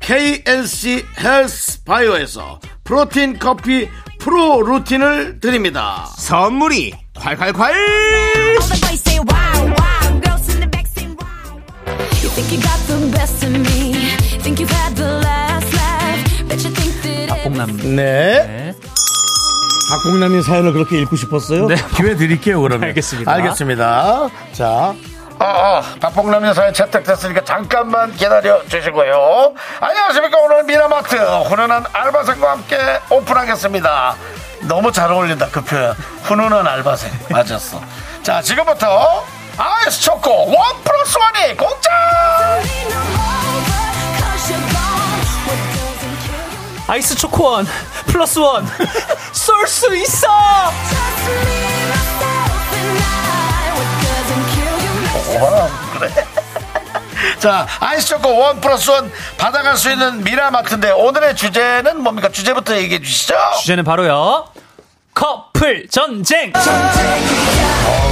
KNC 헬스 바이오에서 프로틴 커피 프로 루틴을 드립니다. 선물이 콸콸콸 All the boys say wow, wow. Girls in the back say wow. You think you got the best of me. Think you've had the last laugh. Bet you think that 박봉남 네. 네. 박공남이 사연을 그렇게 읽고 싶었어요? 네. 기회 드릴게요, 그러면. 알겠습니다. 알겠습니다. 자. 어, 어, 박봉남의 사연 채택됐으니까 잠깐만 기다려 주시고요. 안녕하십니까. 오늘 미라마트 훈훈한 알바생과 함께 오픈하겠습니다. 너무 잘 어울린다, 그 표현. 훈훈한 알바생. 맞았어. 자, 지금부터 아이스 초코 원 플러스 원이 공짜! ain't no over. Cause you're gone. What doesn't kill you 아이스 초코원 플러스 원 쏠 수 있어 makes us me, myself, and I. What doesn't kill you makes us 자, 아이스 초코 원 플러스 원 받아갈 수 있는 미라마트인데 오늘의 주제는 뭡니까? 주제부터 얘기해 주시죠. 주제는 바로요 커플 전쟁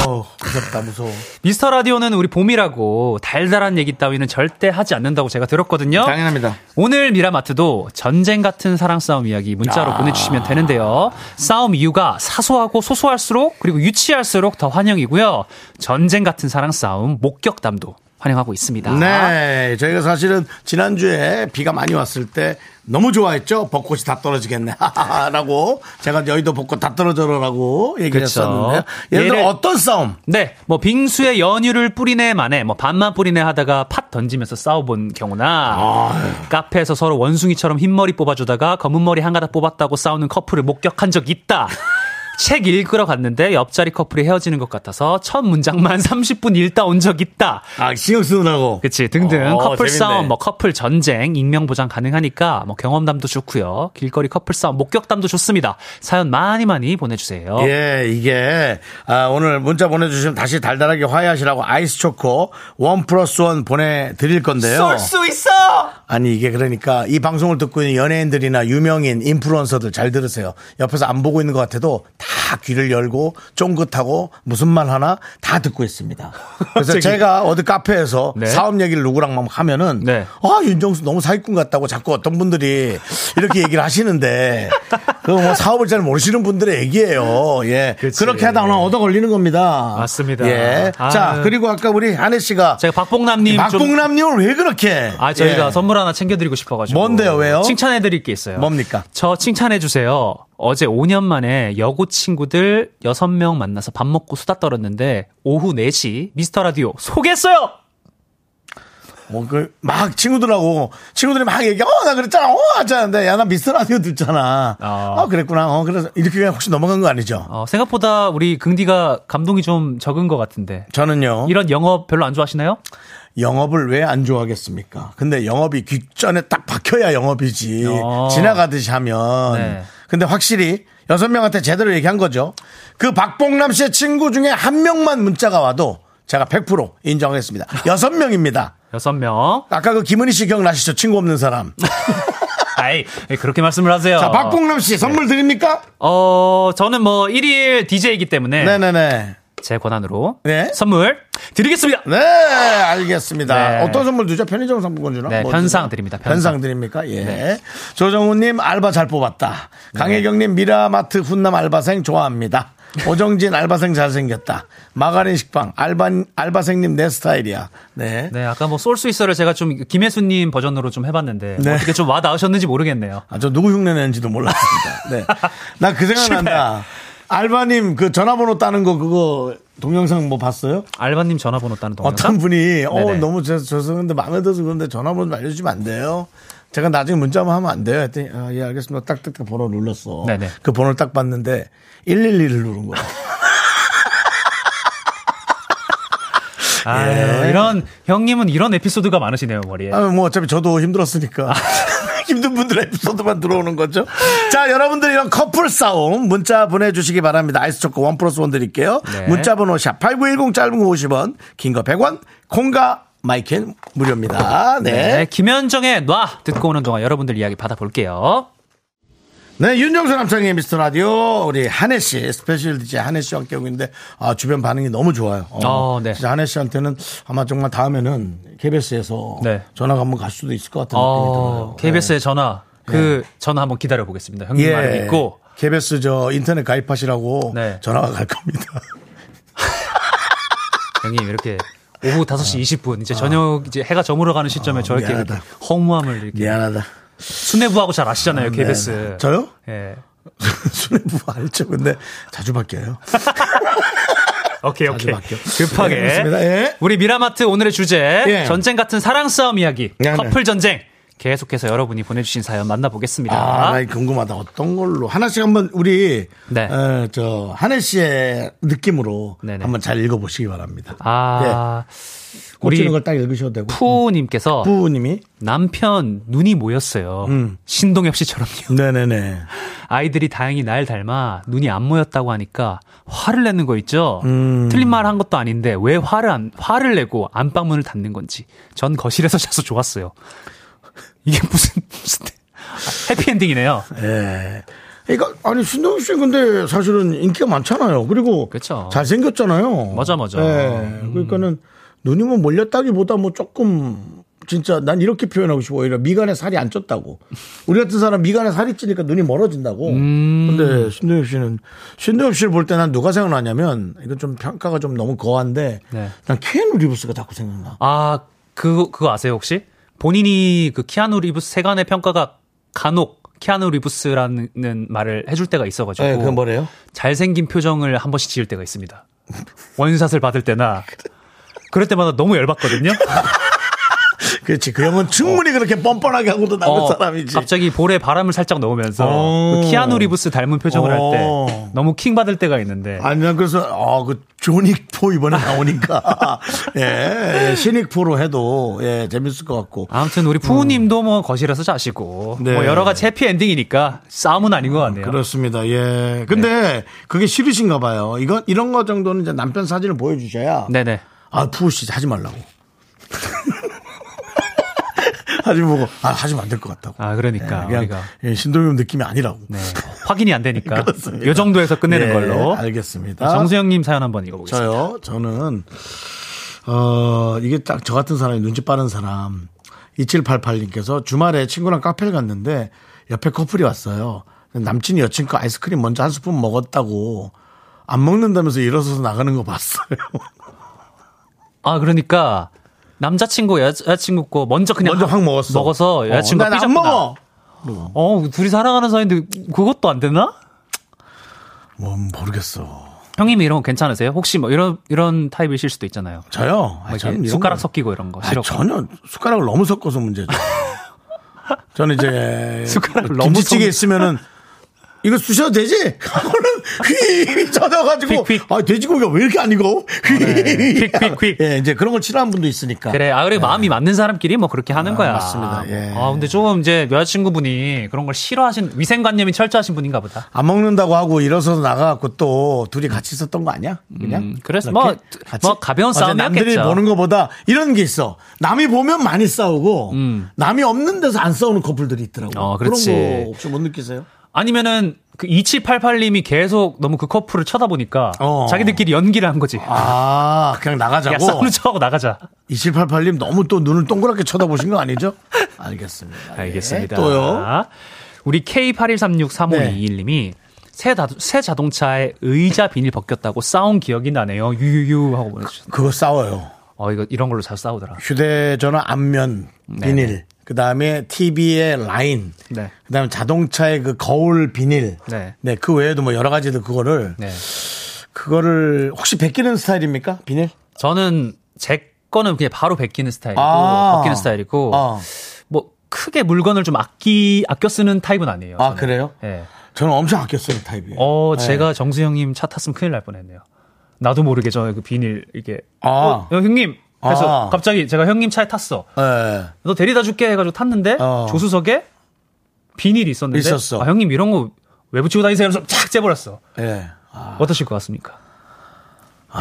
무섭다, 무서워. 미스터 라디오는 우리 봄이라고 달달한 얘기 따위는 절대 하지 않는다고 제가 들었거든요 당연합니다. 오늘 미라마트도 전쟁 같은 사랑 싸움 이야기 아. 문자로 보내주시면 되는데요. 싸움 이유가 사소하고 소소할수록 그리고 유치할수록 더 환영이고요. 전쟁 같은 사랑 싸움 목격담도 환영하고 있습니다. 네, 저희가 사실은 지난주에 비가 많이 왔을 때 너무 좋아했죠. 벚꽃이 다 떨어지겠네. 라고 제가 여의도 벚꽃 다 떨어져라고 얘기를 그쵸. 했었는데. 예를 들어 얘를- 어떤 싸움? 네, 뭐 빙수에 연유를 뿌리네 만에 뭐 반만 뿌리네 하다가 팥 던지면서 싸워본 경우나 카페에서 서로 원숭이처럼 흰머리 뽑아주다가 검은 머리 한 가닥 뽑았다고 싸우는 커플을 목격한 적 있다. 책 읽으러 갔는데 옆자리 커플이 헤어지는 것 같아서 첫 문장만 30분 읽다 온 적 있다. 아, 신경 쓰느라고. 그치 등등 어, 커플 재밌네. 싸움 뭐 커플 전쟁 익명 보장 가능하니까 뭐 경험담도 좋고요 길거리 커플 싸움 목격담도 좋습니다 사연 많이 많이 보내주세요 예, 이게, 아, 오늘 문자 보내주시면 다시 달달하게 화해하시라고 아이스 초코 원 플러스 원 보내드릴 건데요. 있어 아니 이게 그러니까 이 방송을 듣고 있는 연예인들이나 유명인 인플루언서들 잘 들으세요. 옆에서 안 보고 있는 것 같아도 다 귀를 열고 쫑긋하고 무슨 말 하나 다 듣고 있습니다. 그래서 제가 어디 카페에서 네. 사업 얘기를 누구랑 막 하면은 네. 아 윤정수 너무 사기꾼 같다고 자꾸 어떤 분들이 이렇게 얘기를 하시는데 그뭐 사업을 잘 모르시는 분들의 얘기예요. 예, 그치. 그렇게 하다 오늘 얻어 걸리는 겁니다. 맞습니다. 예, 자 아유. 그리고 아까 우리 한혜 씨가 제가 박봉남님 좀 네, 박봉남님을 왜 그렇게? 아 저희가 예. 선물 하나 챙겨드리고 싶어가지고 뭔데요, 왜요? 칭찬해드릴 게 있어요 뭡니까? 저 칭찬해주세요 어제 5년 만에 여고 친구들 6명 만나서 밥 먹고 수다 떨었는데 오후 4시 미스터 라디오 소개했어요 뭐, 그, 막 친구들하고, 친구들이 막 얘기해, 어, 나 그랬잖아, 어, 하자는데, 야, 나 미스터 라디오 듣잖아. 아. 어, 그랬구나. 어, 그래서, 이렇게 그냥 혹시 넘어간 거 아니죠? 어, 생각보다 우리 긍디가 감동이 좀 적은 것 같은데 저는요, 이런 영업 별로 안 좋아하시나요? 영업을 왜 안 좋아하겠습니까? 근데 영업이 귓전에 딱 박혀야 영업이지. 어. 지나가듯이 하면. 네. 근데 확실히, 여섯 명한테 제대로 얘기한 거죠. 그 박봉남 씨의 친구 중에 한 명만 문자가 와도, 제가 100% 인정하겠습니다. 여섯 명입니다. 여섯 명. 아까 그 김은희 씨 기억나시죠? 친구 없는 사람. 아이, 예, 그렇게 말씀을 하세요. 자, 박봉남 씨 선물 네. 드립니까? 어, 저는 뭐 1일 DJ이기 때문에 네네네. 제 권한으로 네. 선물 드리겠습니다. 네, 알겠습니다. 네. 어떤 선물 드죠? 편의점 상품권 주나? 네, 뭐 편상 주나? 드립니다, 편상. 편상. 네. 드립니까? 예. 조정훈님 알바 잘 뽑았다. 강혜경님 미라마트 훈남 알바생 좋아합니다. 오정진 알바생 잘생겼다. 마가린 식빵 알바 알바생님 내 스타일이야. 네. 네, 아까 뭐 쏠 수 있어를 제가 좀 김혜수님 버전으로 좀 해봤는데 네. 뭐 어떻게 좀 와닿으셨는지 모르겠네요. 아, 저 누구 흉내 내는지도 몰랐습니다. 네. 나 그 생각난다. 알바님 그 전화번호 따는 거 그거 동영상 뭐 봤어요? 알바님 전화번호 따는 동영상. 어떤 분이 어 네네. 너무 저- 죄송한데 마음에 들어서 그런데 전화번호 좀 알려주면 안 돼요? 제가 나중에 문자만 하면 안 돼요? 했더니 아, 예 알겠습니다. 딱딱딱 번호 눌렀어. 네네. 그 번호를 딱 봤는데 112를 누른 거야. 아유, 예. 아, 이런 형님은 이런 에피소드가 많으시네요 머리에. 아, 뭐 어차피 저도 아. 힘들었으니까. 힘든 분들의 에피소드만 들어오는 거죠. 자, 여러분들 이런 커플 싸움 문자 보내주시기 바랍니다. 아이스 초코 원 플러스 원 드릴게요. 네. 문자 번호 샵8910 짧은 거 50원, 긴 거 100원, 콩과 마이켄 무료입니다. 네. 네. 김현정의 놔 듣고 오는 동안 여러분들 이야기 받아볼게요. 네, 윤정수 남창의 미스터 라디오, 우리 한혜 씨, 스페셜 DJ 한혜 씨와 함께 하고 있는데, 아, 주변 반응이 너무 좋아요. 어, 네. 진짜 한혜 씨한테는 아마 정말 다음에는 KBS에서 네. 전화가 한번 갈 수도 있을 것 같은 어, 느낌이 들어요. KBS의 전화. 네. 그 전화 한번 기다려 보겠습니다. 형님 예. 말을 믿고. KBS 저 인터넷 가입하시라고 네. 전화가 갈 겁니다. 형님 이렇게 오후 5시 20분 이제 저녁 이제 해가 저물어 가는 시점에 저렇게 아. 미안하다. 이렇게 허무함을 이렇게 미안하다. 수뇌부하고 잘 아시잖아요, KBS. 네. 저요? 예. 수뇌부 알죠. 근데 자주 바뀌어요. 오케이, 자주 오케이. 바뀌어. 급하게. 네, 그렇습니다. 예. 우리 미라마트 오늘의 주제. 예. 전쟁 같은 사랑 싸움 이야기. 네, 네. 커플 전쟁. 계속해서 여러분이 보내주신 사연 만나보겠습니다. 아, 나 궁금하다. 어떤 걸로 하나씩 한번 우리 네. 어, 저 한혜 씨의 느낌으로 네네. 한번 잘 읽어보시기 바랍니다. 아, 꽂히는 우리 걸 딱 읽으셔도 예. 되고. 푸님께서 부님이 음. 남편 눈이 모였어요. 신동엽 씨처럼요. 네네네. 아이들이 다행히 날 닮아 눈이 안 모였다고 하니까 화를 내는 거 있죠. 음. 틀린 말 한 것도 아닌데 왜 화를 안, 화를 내고 안방문을 닫는 건지. 전 거실에서 자서 좋았어요. 이게 무슨 무슨 아, 해피엔딩이네요. 예. 그러니까 아니 신동엽 씨 근데 사실은 인기가 많잖아요. 그리고 그쵸. 잘 생겼잖아요. 맞아, 맞아. 음. 예. 그러니까는 눈이 뭐 몰렸다기보다 뭐 조금 진짜 난 이렇게 표현하고 싶어. 오히려 미간에 살이 안 쪘다고. 우리 같은 사람 미간에 살이 찌니까 눈이 멀어진다고. 음. 근데 신동엽 씨는 신동엽 씨를 볼 때 난 누가 생각나냐면 이건 좀 평가가 좀 너무 거한데 네. 난 케anu 리브스가 자꾸 생각나. 아, 그 그거 아세요, 혹시? 본인이 그 키아누 리브스 세간의 평가가 간혹 키아누 리브스라는 말을 해줄 때가 있어가지고 예, 그건 뭐래요? 잘생긴 표정을 한 번씩 지을 때가 있습니다. 원샷을 받을 때나 그럴 때마다 너무 열받거든요. 그렇지. 그 형은 충분히 그렇게 뻔뻔하게 하고도 나올 어, 사람이지. 갑자기 볼에 바람을 살짝 넣으면서 어. 그 키아누 리브스 닮은 표정을 어. 할 때 너무 킹 받을 때가 있는데 아니, 난 그래서, 아, 그, 조닉포 이번에 나오니까, 예, 예, 신익포로 해도, 예, 재밌을 것 같고. 아무튼 우리 푸우님도 뭐 거실에서 자시고 네. 뭐 여러 가지 해피 엔딩이니까 싸움은 아닌 것 같네요. 네. 그렇습니다, 예. 근데, 그게 싫으신가 봐요. 이건, 이런 거 정도는 이제 남편 사진을 보여주셔야, 네네. 아, 푸우씨 하지 말라고. 하지 보고, 아, 하시면 안 될 것 같다고. 아 그러니까 예, 그냥, 우리가 예, 신동엽 느낌이 아니라고. 네, 확인이 안 되니까 그렇습니다. 요 정도에서 끝내는 예, 걸로. 알겠습니다. 정수영님 사연 한번 읽어보겠습니다. 저요? 저는, 어, 이게 딱 저 같은 사람이 눈치 빠른 사람. 2788님께서 주말에 친구랑 카페를 갔는데 옆에 커플이 왔어요. 남친이 여친 거 아이스크림 먼저 한 스푼 먹었다고 안 먹는다면서 일어서서 나가는 거 봤어요. 아 그러니까 남자친구 여자친구 거 먼저 그냥 먼저 한- 확 먹었어. 먹어서 여자친구 어, 가 난안 먹어! 어 둘이 사랑하는 사이인데 그것도 안 되나? 뭐, 모르겠어. 형님 이런 거 괜찮으세요? 혹시 뭐 이런 이런 타입이실 수도 있잖아요. 저요? 아, 뭐 저는 이렇게 이런 숟가락 거- 섞이고 이런 거 아, 싫어. 전혀 숟가락을 너무 섞어서 문제죠. 저는 이제 숟가락을 너무 김치찌개 섞- 있으면은 이거 쑤셔도 되지? 하고는 휘 젖어가지고 휙휙. 아 돼지고기가 왜 이렇게 안 익어? 아, 네. 휙 휙휙휙. 예, 이제 그런 걸 싫어하는 분도 있으니까. 그래, 아 그래 마음이 맞는 사람끼리 뭐 그렇게 하는 거야. 네. 아, 맞습니다. 예. 아 근데 조금 이제 여자친구분이 그런 걸 싫어하신 위생관념이 철저하신 분인가 보다. 안 먹는다고 하고 일어서서 나가갖고 또 둘이 같이 있었던 거 아니야? 아, 그냥? 음, 그래서 이렇게? 뭐, 뭐 가벼운 어제 남들이 싸움이었겠죠. 보는 것보다 이런 게 있어. 남이 보면 많이 싸우고 남이 없는 데서 안 싸우는 커플들이 있더라고. 음. 어, 그런 그렇지. 거 혹시 못 느끼세요? 아니면은 그 2788님이 계속 너무 그 커플을 쳐다보니까 어. 자기들끼리 연기를 한 거지. 아, 그냥 야, 나가자고. 싸우는 척하고 나가자. 2788님 너무 또 눈을 동그랗게 쳐다보신 거 아니죠? 알겠습니다. 예, 알겠습니다. 또요. 우리 K81363521님이 네. 새, 다- 새 자동차에 의자 비닐 벗겼다고 싸운 기억이 나네요. 유유유 하고 보내주셨어요. 그거 싸워요. 어, 이거 이런 걸로 잘 싸우더라. 휴대전화 앞면 비닐, 그 다음에 TV의 라인, 네. 그 다음에 자동차의 그 거울 비닐, 네. 네. 그 외에도 뭐 여러 가지들 그거를 네. 그거를 혹시 베끼는 스타일입니까? 비닐? 저는 제 거는 그냥 바로 벗기는 스타일이고 아. 벗기는 스타일이고 어. 뭐 크게 물건을 좀 아끼 아껴 쓰는 타입은 아니에요. 아 저는. 그래요? 예. 저는 엄청 아껴 쓰는 타입이에요. 어, 네. 제가 정수형님 차 탔으면 큰일 날 뻔했네요. 나도 모르게 저그 비닐 이게 아. 어, 형, 형님 그래서 아. 갑자기 제가 형님 차에 탔어. 예. 너 데리다 줄게 해가지고 탔는데 어. 조수석에 비닐이 있었는데 있었어. 아, 형님 이런 거 왜 붙이고 다니세요? 하면서 쫙 째버렸어. 예. 아. 어떠실 것 같습니까?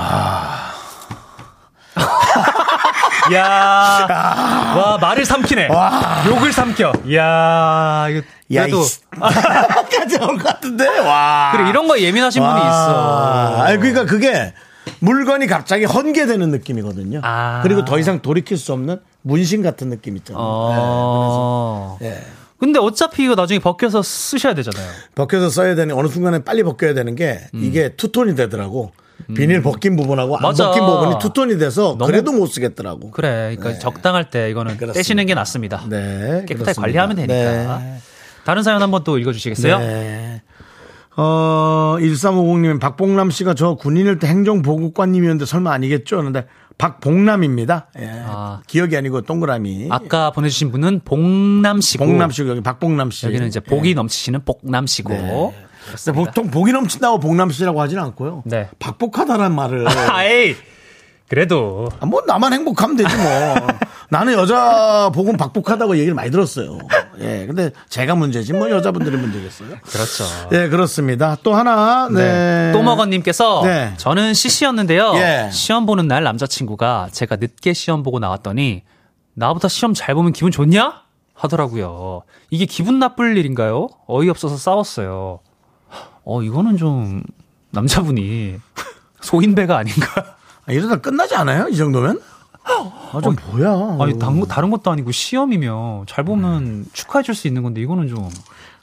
야, 와 말을 삼키네. 욕을 삼켜. 야, 이거 야, 그래도 이씨. 아, 까지 나올 것 같은데, 와. 그래 이런 거 예민하신 분이 있어. 아, 그러니까 그게 물건이 갑자기 헌개되는 느낌이거든요. 아. 그리고 더 이상 돌이킬 수 없는 문신 같은 느낌 있잖아요. 어. 예. 근데 어차피 이거 나중에 벗겨서 쓰셔야 되잖아요. 벗겨서 써야 되는 어느 순간에 빨리 벗겨야 되는 게 이게 투톤이 되더라고. 비닐 벗긴 부분하고 안 음. 맞아. 벗긴 부분이 투톤이 돼서 너무- 그래도 못 쓰겠더라고. 그래, 그러니까 적당할 때 이거는 네. 그렇습니다. 떼시는 게 낫습니다. 네. 깨끗하게 그렇습니다. 관리하면 되니까. 네. 다른 사연 한번 또 읽어주시겠어요? 네. 어, 1350님, 박봉남 씨가 저 군인일 때 행정보고관님이었는데 설마 아니겠죠? 하는데 박봉남입니다. 예. 아. 기억이 아니고 동그라미. 예. 아까 보내주신 분은 봉남 씨고 봉남 씨고 여기 박봉남 씨. 여기는 이제 복이 넘치시는 복남 씨고. 근데 보통 복이 넘친다고 봉남 씨라고 하진 않고요. 네. 박복하다라는 말을. 아이 예. 그래도 아, 뭐 나만 행복하면 되지 뭐. 나는 여자 복은 박복하다고 얘기를 많이 들었어요. 예. 근데 제가 문제지 뭐 여자분들이 문제겠어요. 그렇죠. 예, 그렇습니다. 또 하나. 네. 또먹어님께서 네. 저는 CC였는데요. 예. 시험 보는 날 남자친구가 제가 늦게 시험 보고 나왔더니 나보다 시험 잘 보면 기분 좋냐? 하더라고요. 이게 기분 나쁠 일인가요? 어이없어서 싸웠어요. 어, 이거는 좀 남자분이 소인배가 아닌가? 아, 이러다 끝나지 않아요? 이 정도면? 아, 좀 뭐야. 어, 아니, 당- 다른 것도 아니고 시험이면 잘 보면 축하해줄 수 있는 건데 이거는 좀.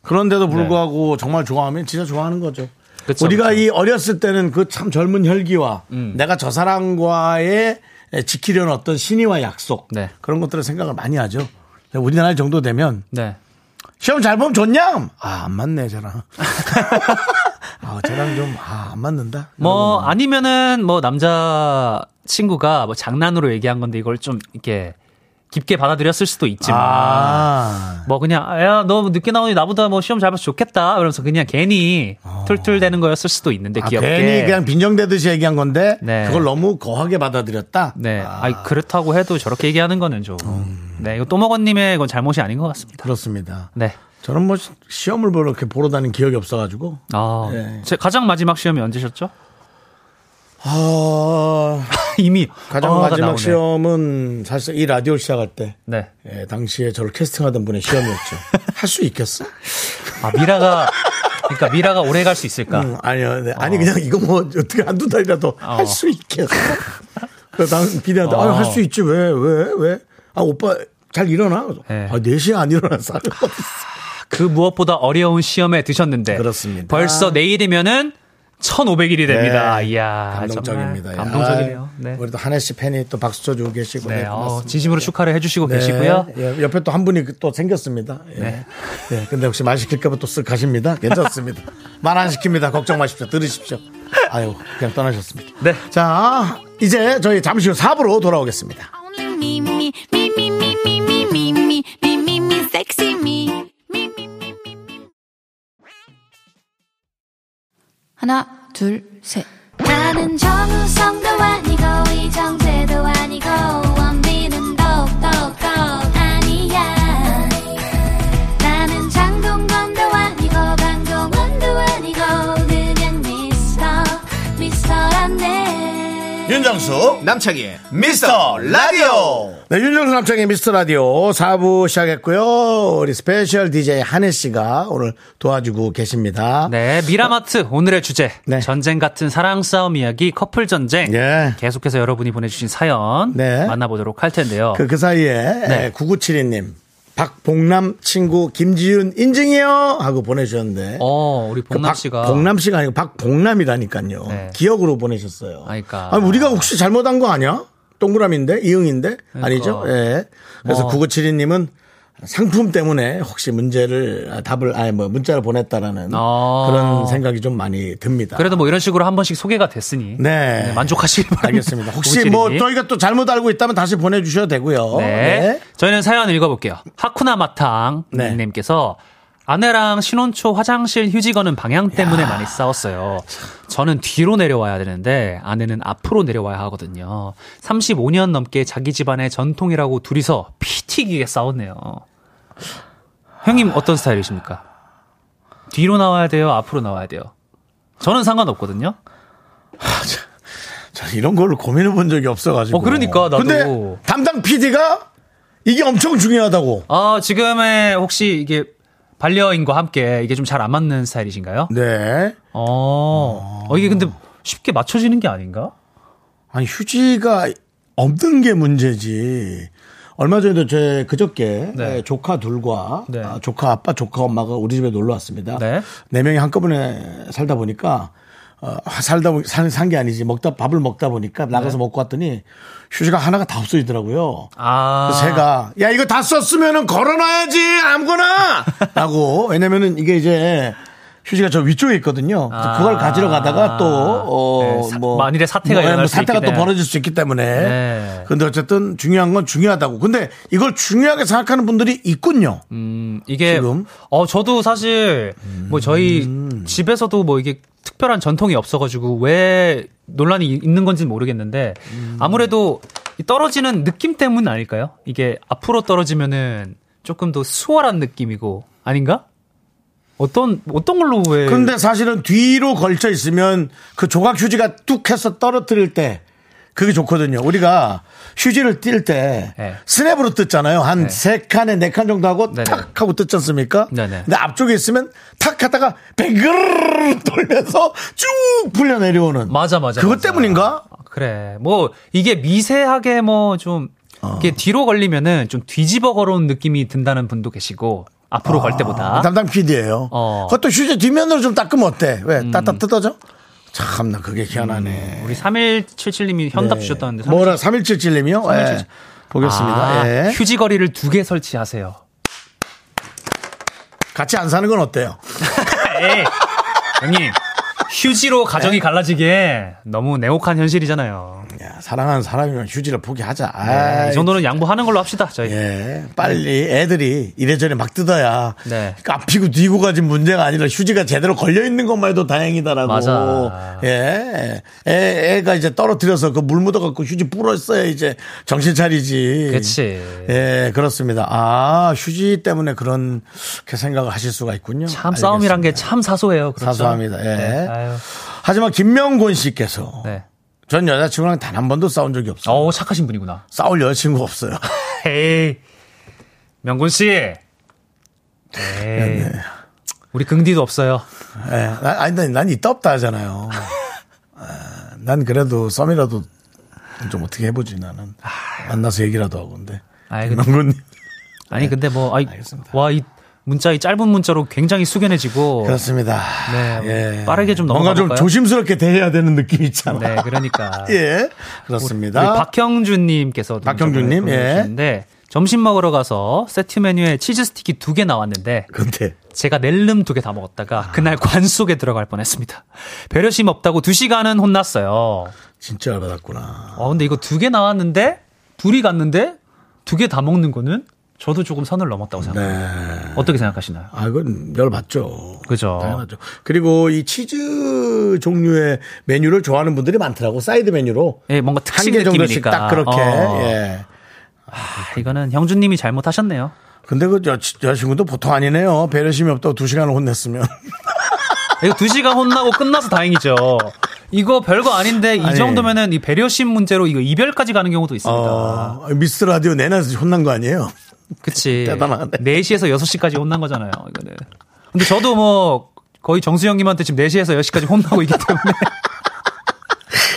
그런데도 불구하고 정말 좋아하면 진짜 좋아하는 거죠. 네. 그쵸, 우리가 그쵸. 음. 이 어렸을 때는 그 참 젊은 혈기와 내가 저 사람과의 지키려는 어떤 신의와 약속 네. 그런 것들을 생각을 많이 하죠. 근데 우리나라 정도 되면 네. 시험 잘 보면 좋냐? 아, 안 맞네, 저랑. 아, 저랑 좀, 아, 안 맞는다. 뭐 아니면은 뭐 남자 친구가 뭐 장난으로 얘기한 건데 이걸 좀 이렇게 깊게 받아들였을 수도 있지만 아, 뭐 그냥 야 너 늦게 나오니 나보다 뭐 시험 잘 봐서 좋겠다 이러면서 그냥 괜히 툴툴대는 거였을 수도 있는데 아, 귀엽게 괜히 그냥 빈정대듯이 얘기한 건데 네. 그걸 너무 거하게 받아들였다. 네 아, 아. 니 그렇다고 해도 저렇게 얘기하는 거는 좀 네 이거 또먹어님의 이건 잘못이 아닌 것 같습니다 그렇습니다. 네 저는 뭐 시- 시험을 보러 이렇게 보러 다니는 기억이 없어가지고. 아, 네. 제 가장 마지막 시험이 언제셨죠? 아, 이미 가장 어가 마지막 나오네. 시험은 사실 이 라디오 시작할 때. 네. 예, 당시에 저를 캐스팅하던 분의 시험이었죠. 할 수 있겠어? 아, 미라가 그러니까 미라가 오래 갈 수 있을까? 응, 아니요. 네. 아니, 그냥 이거 뭐 어떻게 한두 달이라도 아. 할 수 있겠어? 그래서 당 비디한테 어. 할수 있지. 왜, 왜, 왜? 아, 오빠 잘 일어나? 그래서, 네. 아, 4시에 안 일어나서 안 일어났어. 그 무엇보다 어려운 시험에 드셨는데 그렇습니다. 벌써 내일이면은 1,500일이 됩니다. 네. 이야, 감동적입니다. 아, 정말 예. 감동적이에요. 아유, 네. 우리 또 한혜 씨 팬이 또 박수 쳐주고 계시고. 네, 네, 어, 고맙습니다. 진심으로 축하를 해주시고 네, 계시고요. 네. 예, 옆에 또 한 분이 또 생겼습니다. 예. 예, 근데 혹시 말 시킬까봐 또 쓱 가십니다. 괜찮습니다. 말 안 시킵니다. 걱정 마십시오. 들으십시오. 아유, 그냥 떠나셨습니다. 네. 자, 이제 저희 잠시 후 4부로 돌아오겠습니다. Only me, me, me, me, me, me, me, me, me, me, me, me, sexy me. Me, me, me, me, me. 하나, 둘, 셋. 나는 정우성도 아니고 이정재도 아니고 원빈은 더욱더 아니야 나는 장동건도 아니고 방종원도 아니고 그냥 미스터 미스터란데 윤정수 남창희의 미스터 라디오 네, 윤정수 남창의 미스터 라디오 4부 시작했고요. 우리 스페셜 DJ 한혜 씨가 오늘 도와주고 계십니다. 네, 미라마트 오늘의 주제 네. 전쟁 같은 사랑 싸움 이야기 커플 전쟁 예. 계속해서 여러분이 보내주신 사연 네. 만나보도록 할 텐데요. 그, 그 사이에 네. 에, 9972님, 박봉남 친구 김지윤 인증이요! 하고 보내주셨는데. 어, 우리 그 복남 박- 씨가 복남 씨가 아니고 박봉남이라니까요. 네. 기억으로 보내셨어요. 아, 그러니까. 아니, 우리가 혹시 잘못한 거 아니야? 동그라미인데 이응인데 그러니까. 아니죠? 예. 그래서 뭐. 9972님은 상품 때문에 혹시 문제를 아, 답을 아니 뭐 문자를 보냈다라는 어. 그런 생각이 좀 많이 듭니다. 그래도 뭐 이런 식으로 한 번씩 소개가 됐으니 네. 만족하시길 바랍니다. 알겠습니다. 혹시 뭐 고지리님. 저희가 또 잘못 알고 있다면 다시 보내주셔도 되고요. 네. 저희는 사연 읽어볼게요. 하쿠나마탕 네. 님께서 아내랑 신혼초 화장실 휴지 거는 방향 때문에 많이 싸웠어요. 저는 뒤로 내려와야 되는데 아내는 앞으로 내려와야 하거든요. 35년 넘게 자기 집안의 전통이라고 둘이서 피 튀기게 싸웠네요. 형님 어떤 스타일이십니까? 뒤로 나와야 돼요? 앞으로 나와야 돼요? 저는 상관없거든요. 저 이런 걸로 고민해 본 적이 없어가지고. 어, 그러니까, 나도. 근데 담당 PD가 이게 엄청 중요하다고. 아, 지금의 혹시 이게 반려인과 함께 이게 좀 잘 안 맞는 스타일이신가요? 네. 어. 어, 이게 근데 쉽게 맞춰지는 게 아닌가? 아니 휴지가 없는 게 문제지. 얼마 전에도 제 그저께 네. 예, 조카 둘과 아, 조카 아빠, 조카 엄마가 우리 집에 놀러 왔습니다. 네, 명이 한꺼번에 살다 보니까 어, 살다 산게 아니지 먹다 밥을 먹다 보니까 나가서 네. 먹고 왔더니 휴지가 하나가 다 없어지더라고요. 아. 그래서 제가 야 이거 다 썼으면은 걸어놔야지 아무거나라고 왜냐면은 이게 이제 휴지가 저 위쪽에 있거든요. 그래서 그걸 가지러 가다가 또어뭐 아. 네, 사- 만일에 사태가 일어날 수 사태가 또 있기 때문에. 벌어질 수 있기 때문에. 네. 근데 어쨌든 중요한 건 중요하다고. 근데 이걸 중요하게 생각하는 분들이 있군요. 음, 이게 어 저도 사실 뭐 저희 음. 집에서도 뭐 이게 특별한 전통이 없어가지고 왜 논란이 이- 있는 건지는 모르겠는데 음. 아무래도 이 떨어지는 느낌 때문 아닐까요? 이게 앞으로 떨어지면은 조금 더 수월한 느낌이고 아닌가? 어떤 어떤 걸로 왜? 근데 사실은 뒤로 걸쳐 있으면 그 조각 휴지가 뚝 해서 떨어뜨릴 때 그게 좋거든요. 우리가 휴지를 띌 때 네. 스냅으로 뜯잖아요. 한 세 칸에 네 칸 정도 하고 탁 하고 뜯지 않습니까? 근데 앞쪽에 있으면 탁 하다가 뱅그르르 돌면서 쭉 풀려 내려오는. 맞아 맞아. 그것 맞아. 때문인가? 그래. 뭐 이게 미세하게 뭐 좀 어. 이게 뒤로 걸리면은 좀 뒤집어 걸어온 느낌이 든다는 분도 계시고 앞으로 아. 걸 때보다. 담당 PD예요. 어. 그것도 휴지 뒷면으로 좀 닦으면 어때? 왜? 음. 따뜻 뜯어져? 참나 그게 희한하네. 우리 3177님이 현답 네. 주셨다는데. 뭐라 3177님이요? 예. 3177. 보겠습니다. 음. 아, 예. 휴지거리를 두 개 설치하세요. 같이 안 사는 건 어때요? 에이, 예. 형님. 휴지로 가정이 네. 갈라지게 너무 냉혹한 현실이잖아요. 사랑하는 사람이면 휴지를 포기하자. 네, 아이, 예. 이 정도는 양보하는 걸로 합시다, 저희. 빨리 애들이 이래저래 막 뜯어야 네. 앞이고 뒤고 가진 문제가 아니라 휴지가 제대로 걸려 있는 것만 해도 다행이다라고. 맞아. 예. 애, 애가 이제 떨어뜨려서 그 물 묻어 갖고 휴지 불었어야 이제 정신 차리지. 그치. 예, 그렇습니다. 아, 휴지 때문에 그런 게 생각을 하실 수가 있군요. 참 싸움이란 게 참 사소해요. 그렇죠? 사소합니다. 예. 네, 아유. 하지만 김명곤 씨께서 네. 전 여자친구랑 단 한 번도 싸운 적이 없어요. 어 착하신 분이구나. 싸울 여자친구 없어요. 에이. 명곤 씨. 네. 에이. 우리 긍디도 없어요. 예. 난- 아니, 난, 난 있다 없다 하잖아요. 아, 난 그래도 썸이라도 좀 어떻게 해보지 나는. 만나서 얘기라도 하고 근데. 아이, 근데- 뭐, 김명곤님. 네. 아니 근데 뭐 아이 와이 문자 이 짧은 문자로 굉장히 숙연해지고 그렇습니다. 네. 예. 빠르게 좀 넘어가 뭔가 좀 볼까요? 조심스럽게 대해야 되는 느낌이 있잖아. 네, 그러니까. 예. 우리 그렇습니다. 박형준님께서 박형준님, 예. 데 점심 먹으러 가서 세트 메뉴에 치즈 스틱이 두 개 나왔는데 근데 제가 낼름 두 개 다 아. 먹었다가 그날 관 속에 들어갈 뻔했습니다. 배려심 없다고 두 시간은 혼났어요. 진짜 열받았구나. 어 근데 이거 두 개 나왔는데 둘이 갔는데 두 개 다 먹는 거는 저도 조금 선을 넘었다고 생각합니다. 어떻게 생각하시나요? 네. 아, 이건 열받죠. 그죠. 당연하죠. 그리고 이 치즈 종류의 메뉴를 좋아하는 분들이 많더라고. 사이드 메뉴로. 예, 뭔가 특식 한개 정도씩 느낌이니까. 딱 그렇게. 어. 예. 아, 이거는 형준님이 잘못하셨네요. 근데 그 여, 여자친구도 보통 아니네요. 배려심이 없다고 두 시간을 혼냈으면. 이거 두 시간 혼나고 끝나서 다행이죠. 이거 별거 아닌데 이 아니. 정도면은 이 배려심 문제로 이거 이별까지 가는 경우도 있습니다. 어, 미스 라디오 내내 혼난 거 아니에요? 그치. 대단하네. 4시에서 6시까지 혼난 거잖아요. 이거는. 근데 저도 뭐 거의 정수영님한테 지금 4시에서 10시까지 혼나고 있기 때문에.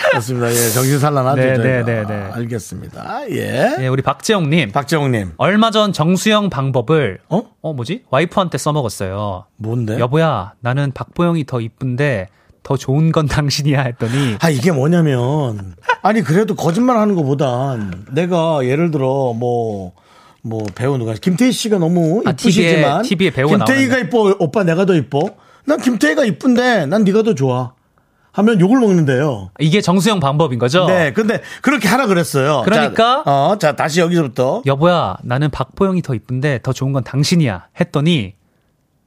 그렇습니다. 예, 정신 산란하죠. 네, 저희가. 네, 네, 네. 아, 알겠습니다. 예. 예, 우리 박재영님. 박재홍님. 얼마 전 정수영 방법을 어? 어 뭐지? 와이프한테 써먹었어요. 뭔데? 여보야, 나는 박보영이 더 이쁜데 더 좋은 건 당신이야 했더니 아 이게 뭐냐면 아니 그래도 거짓말 하는 것보단 내가 예를 들어 뭐. 뭐 배우 누가 김태희 씨가 너무 아, TV 에- 이쁘시지만 TV 에 배우가 김태희가 이뻐 오빠 내가 더 이뻐 난 김태희가 이쁜데 난 네가 더 좋아 하면 욕을 먹는데요. 이게 정수영 방법인 거죠? 네, 근데 그렇게 하라 그랬어요. 그러니까? 자, 어, 자 다시 여기서부터 여보야, 나는 박보영이 더 이쁜데 더 좋은 건 당신이야. 했더니,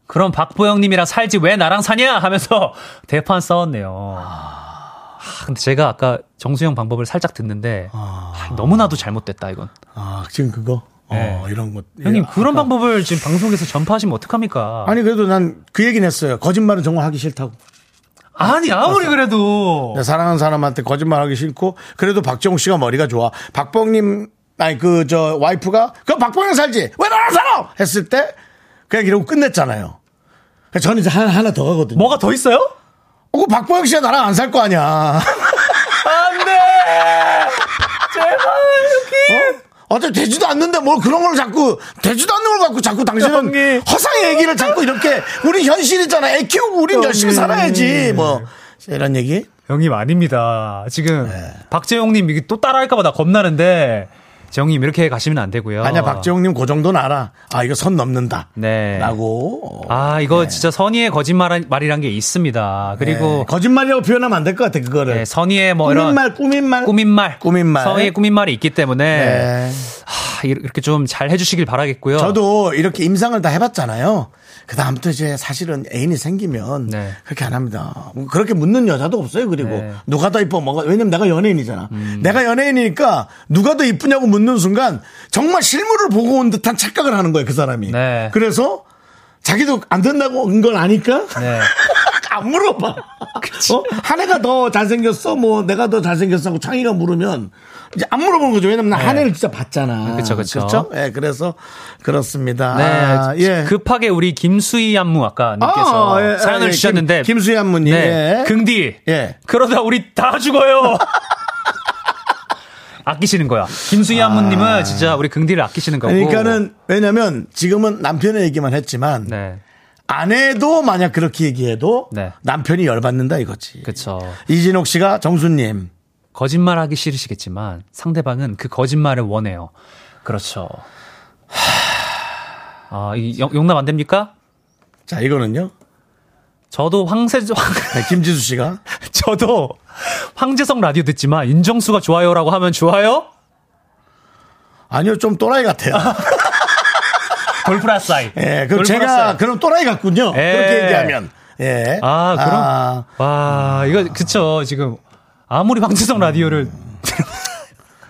그럼 박보영님이랑 살지 왜 나랑 사냐? 하면서 대판 싸웠네요. 하, 근데 제가 아까 정수영 방법을 살짝 듣는데, 하, 너무나도 잘못됐다, 이건. 아 지금 그거 어, 네. 이런 것 형님, 예, 그런 아까. 방법을 지금 방송에서 전파하시면 어떡합니까? 아니 그래도 난 그 얘기는 했어요. 거짓말은 정말 하기 싫다고. 아니 아무리 그래도 내 네, 사랑하는 사람한테 거짓말하기 싫고 그래도 박정욱 씨가 머리가 좋아. 박봉님 아니 그 저 와이프가 그 박봉이랑 살지 왜 나랑 살아? 했을 때 그냥 이러고 끝냈잖아요. 그러니까 저는 이제 하나, 하나 더 가거든요. 뭐가 더 있어요? 어, 그 박보영 씨가 나랑 안 살 거 아니야. 안돼 제발 어? 어차피 되지도 않는데 뭘 그런 걸 자꾸 되지도 않는 걸 갖고 자꾸 당신은 형님. 허상의 얘기를 자꾸 이렇게 우리 현실이잖아. 애 키우고 우린 열심히 살아야지. 뭐 이런 얘기? 형님 아닙니다. 지금 네. 박재용님 이게 또 따라할까봐 나 겁나는데 재용님 이렇게 가시면 안 되고요. 아니야 박재홍님 그 정도는 알아. 아 이거 선 넘는다. 어. 네. 라고. 아 이거 진짜 선의의 거짓말 말이란 게 있습니다. 그리고 네. 거짓말이라고 표현하면 안 될 것 같아 그거를. 네, 선의의 뭐 꾸민 이런 말, 꾸민 말, 꾸민 말, 꾸민 말. 선의의 꾸민 말이 있기 때문에 네. 하, 이렇게 좀 잘 해주시길 바라겠고요. 저도 이렇게 임상을 다 해봤잖아요. 그 다음부터 이제 사실은 애인이 생기면 네. 그렇게 안 합니다. 뭐 그렇게 묻는 여자도 없어요. 그리고 네. 음. 누가 더 이뻐? 뭐가 왜냐면 내가 연예인이잖아. 내가 연예인이니까 누가 더 이쁘냐고 묻는 순간 정말 실물을 보고 온 듯한 착각을 하는 거예요. 그 사람이. 네. 그래서 자기도 안 된다고 온 걸 아니까 네. 안 물어봐. 어? 한 해가 더 잘생겼어? 뭐 내가 더 잘생겼어? 하고 창희가 물으면 이제 안 물어보는 거죠. 왜냐면 네. 나 한 해를 진짜 봤잖아. 그쵸, 그쵸. 그쵸? 예, 그래서 그렇습니다. 네, 아, 예. 급하게 우리 김수희 안무 아까 님께서 아, 예, 사연을 예, 주셨는데 김- 김수희 안무님, 네, 예. 긍디 예. 그러다 우리 다 죽어요. 아끼시는 거야. 김수희 안무님은 진짜 우리 긍디를 아끼시는 거고. 그러니까는 왜냐면 지금은 남편의 얘기만 했지만 네, 아내도 만약 그렇게 얘기해도 네. 남편이 열받는다 이거지. 그쵸. 이진옥 씨가 정수님. 거짓말하기 싫으시겠지만 상대방은 그 거짓말을 원해요. 그렇죠. 아, 이 용- 용납 안 됩니까? 자, 이거는요. 저도 황세 황- 네, 김지수 씨가 저도 황재성 라디오 듣지만 인정수가 좋아요라고 하면 좋아요? 아니요, 좀 또라이 같아요. 돌프라싸이. 예, 그럼 제가 그럼 또라이 같군요. 예. 그렇게 얘기하면. 예. 아, 그럼 와, 이거 그쵸 지금 아무리 황재성 라디오를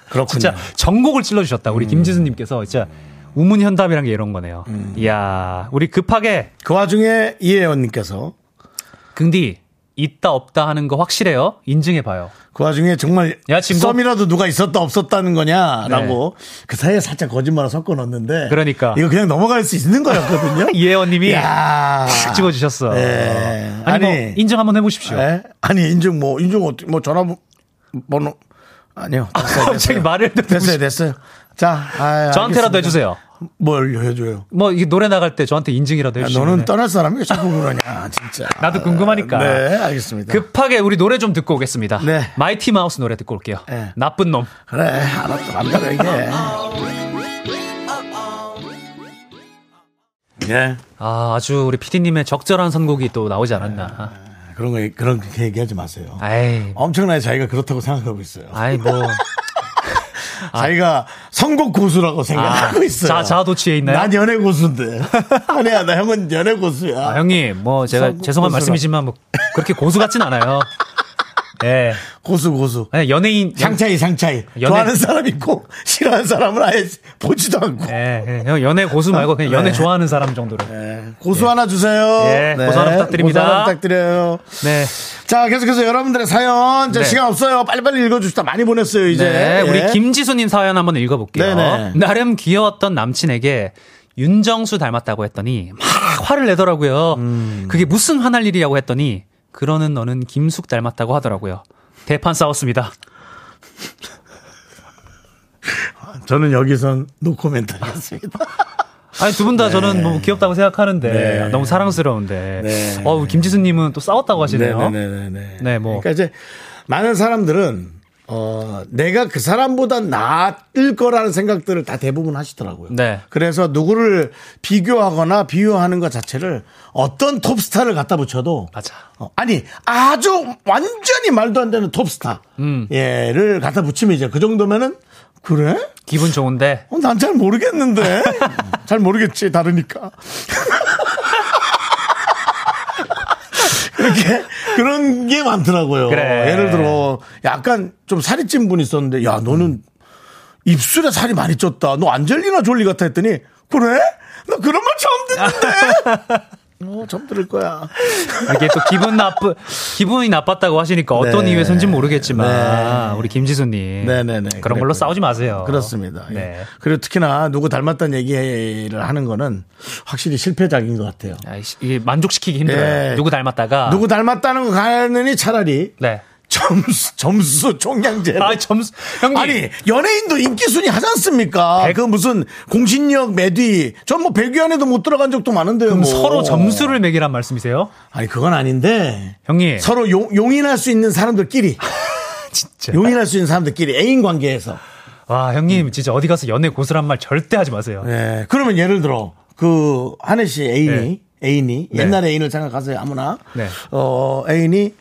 그렇군요. 진짜 전곡을 찔러 주셨다. 음. 우리 김지수 님께서 진짜 우문 현답이란 게 이런 거네요. 음. 이야, 우리 급하게 그 와중에 이혜원님께서 긍디 있다 없다 하는 거 확실해요? 인증해 봐요. 그 와중에 정말 여자친구? 네. 썸이라도 누가 있었다 없었다는 거냐라고 그 사이에 살짝 거짓말을 섞어 넣었는데 그러니까. 예, 이거 그냥 넘어갈 수 있는 거였거든요. 이혜원 님이 야. 탁 찍어 주셨어. 예. 아니. 아니, 뭐 인증 한번 해 보십시오. 예? 아니 인증 뭐 인증 어떻게 뭐 전화번호 아니요. 됐어요, 갑자기 됐어요. 말을 듣고 됐어요, 됐어요. 자, 아, 알겠습니다. 저한테라도 해 주세요. 뭘 해줘요? 뭐 이게 노래 나갈 때 저한테 인증이라도 해 야, 주시면 아, 네. 너는 떠날 사람이 왜 자꾸 그러냐, 진짜. 나도 궁금하니까. 그 네, 알겠습니다. 급하게 우리 노래 좀 듣고 오겠습니다. 네. 마이티 마우스 노래 듣고 올게요. 네. 나쁜 놈. 그래, 알았어. 남자가 얘기해. 예. 아, 아주 우리 피디님의 적절한 선곡이 또 나오지 않았나. 그런 거, 그런 게 얘기하지 마세요. 아이, 엄청나게 자기가 그렇다고 생각하고 있어요. 아이 뭐. 자기가 선곡 고수라고 뭐 생각하고 있어요. 아. 자, 자도취에 있나요? 난 연애 고수인데. 아니야, 나 형은 연애 고수야. 아, 형님, 뭐 제가 선곡 죄송한 고수라. 말씀이지만 뭐 그렇게 고수 같진 않아요. 예. 고수, 고수. 아니, 연예인. 연- 상차이, 상차이. 연애- 좋아하는 사람 있고, 싫어하는 사람은 아예 보지도 않고. 예, 예, 형 연애 고수 말고 그냥 연애 네. 좋아하는 사람 정도로. 네, 고수 하나 주세요. 예, 고수 하나 부탁드립니다. 고수 하나 부탁드려요. 네. 자, 계속해서 여러분들의 사연. 이제 네. 시간 없어요. 빨리빨리 읽어줍시다. 많이 보냈어요, 이제. 네, 예. 우리 김지수님 사연 한번 읽어볼게요. 네네. 나름 귀여웠던 남친에게 윤정수 닮았다고 했더니 막 화를 내더라고요. 음. 그게 무슨 화날 일이라고 했더니 그러는 너는 김숙 닮았다고 하더라고요. 대판 싸웠습니다. 저는 여기선 노코멘트였습니다. 아니 두 분 다 저는 너무 귀엽다고 생각하는데 네. 너무 사랑스러운데 네. 어우 김지수님은 또 싸웠다고 하시네요. 네네네네. 네, 뭐. 그러니까 이제 많은 사람들은 어, 내가 그 사람보다 나을 거라는 생각들을 다 대부분 하시더라고요. 네. 그래서 누구를 비교하거나 비유하는 것 자체를 어떤 톱스타를 갖다 붙여도 맞아. 어, 아니 아주 완전히 말도 안 되는 톱스타 음. 예를 갖다 붙이면 이제 그 정도면은 그래? 기분 좋은데 어, 난 잘 모르겠는데 잘 모르겠지 다르니까 그렇게 그런 게 많더라고요. 그래. 예를 들어 약간 좀 살이 찐 분이 있었는데 야 너는 입술에 살이 많이 쪘다. 너 안젤리나 졸리 같아 했더니 그래? 나 그런 말 처음 듣는데 어, 점 들을 거야. 이게 또 기분 나쁘 기분이 나빴다고 하시니까 어떤 네. 이유에서인지 모르겠지만 우리 김지수님 네네네. 그런 걸로 싸우지 마세요. 네. 그렇습니다. 예. 그리고 특히나 누구 닮았다는 얘기를 하는 거는 확실히 실패작인 것 같아요. 아, 이- 이게 만족시키기 힘들어요. 예. 누구 닮았다가 누구 닮았다는 거 가느니 차라리 네. 점수, 점수 총량제. 아 점수 형님 아니 연예인도 인기 순위 하지 않습니까? 그 무슨 공신력 매디 전 뭐 100위 안에도 못 들어간 적도 많은데요. 그럼 뭐. 서로 점수를 매기란 말씀이세요? 아니 그건 아닌데 형님 서로 용, 용인할 수 있는 사람들끼리 용인할 수 있는 사람들끼리 애인 관계에서 와 형님 진짜 어디 가서 연애 고수란 말 절대 하지 마세요. 예, 그러면 예를 들어 그 한혜 씨 애인이 네. 애인이 네. 옛날 애인을 생각하세요 아무나 네. 어 애인이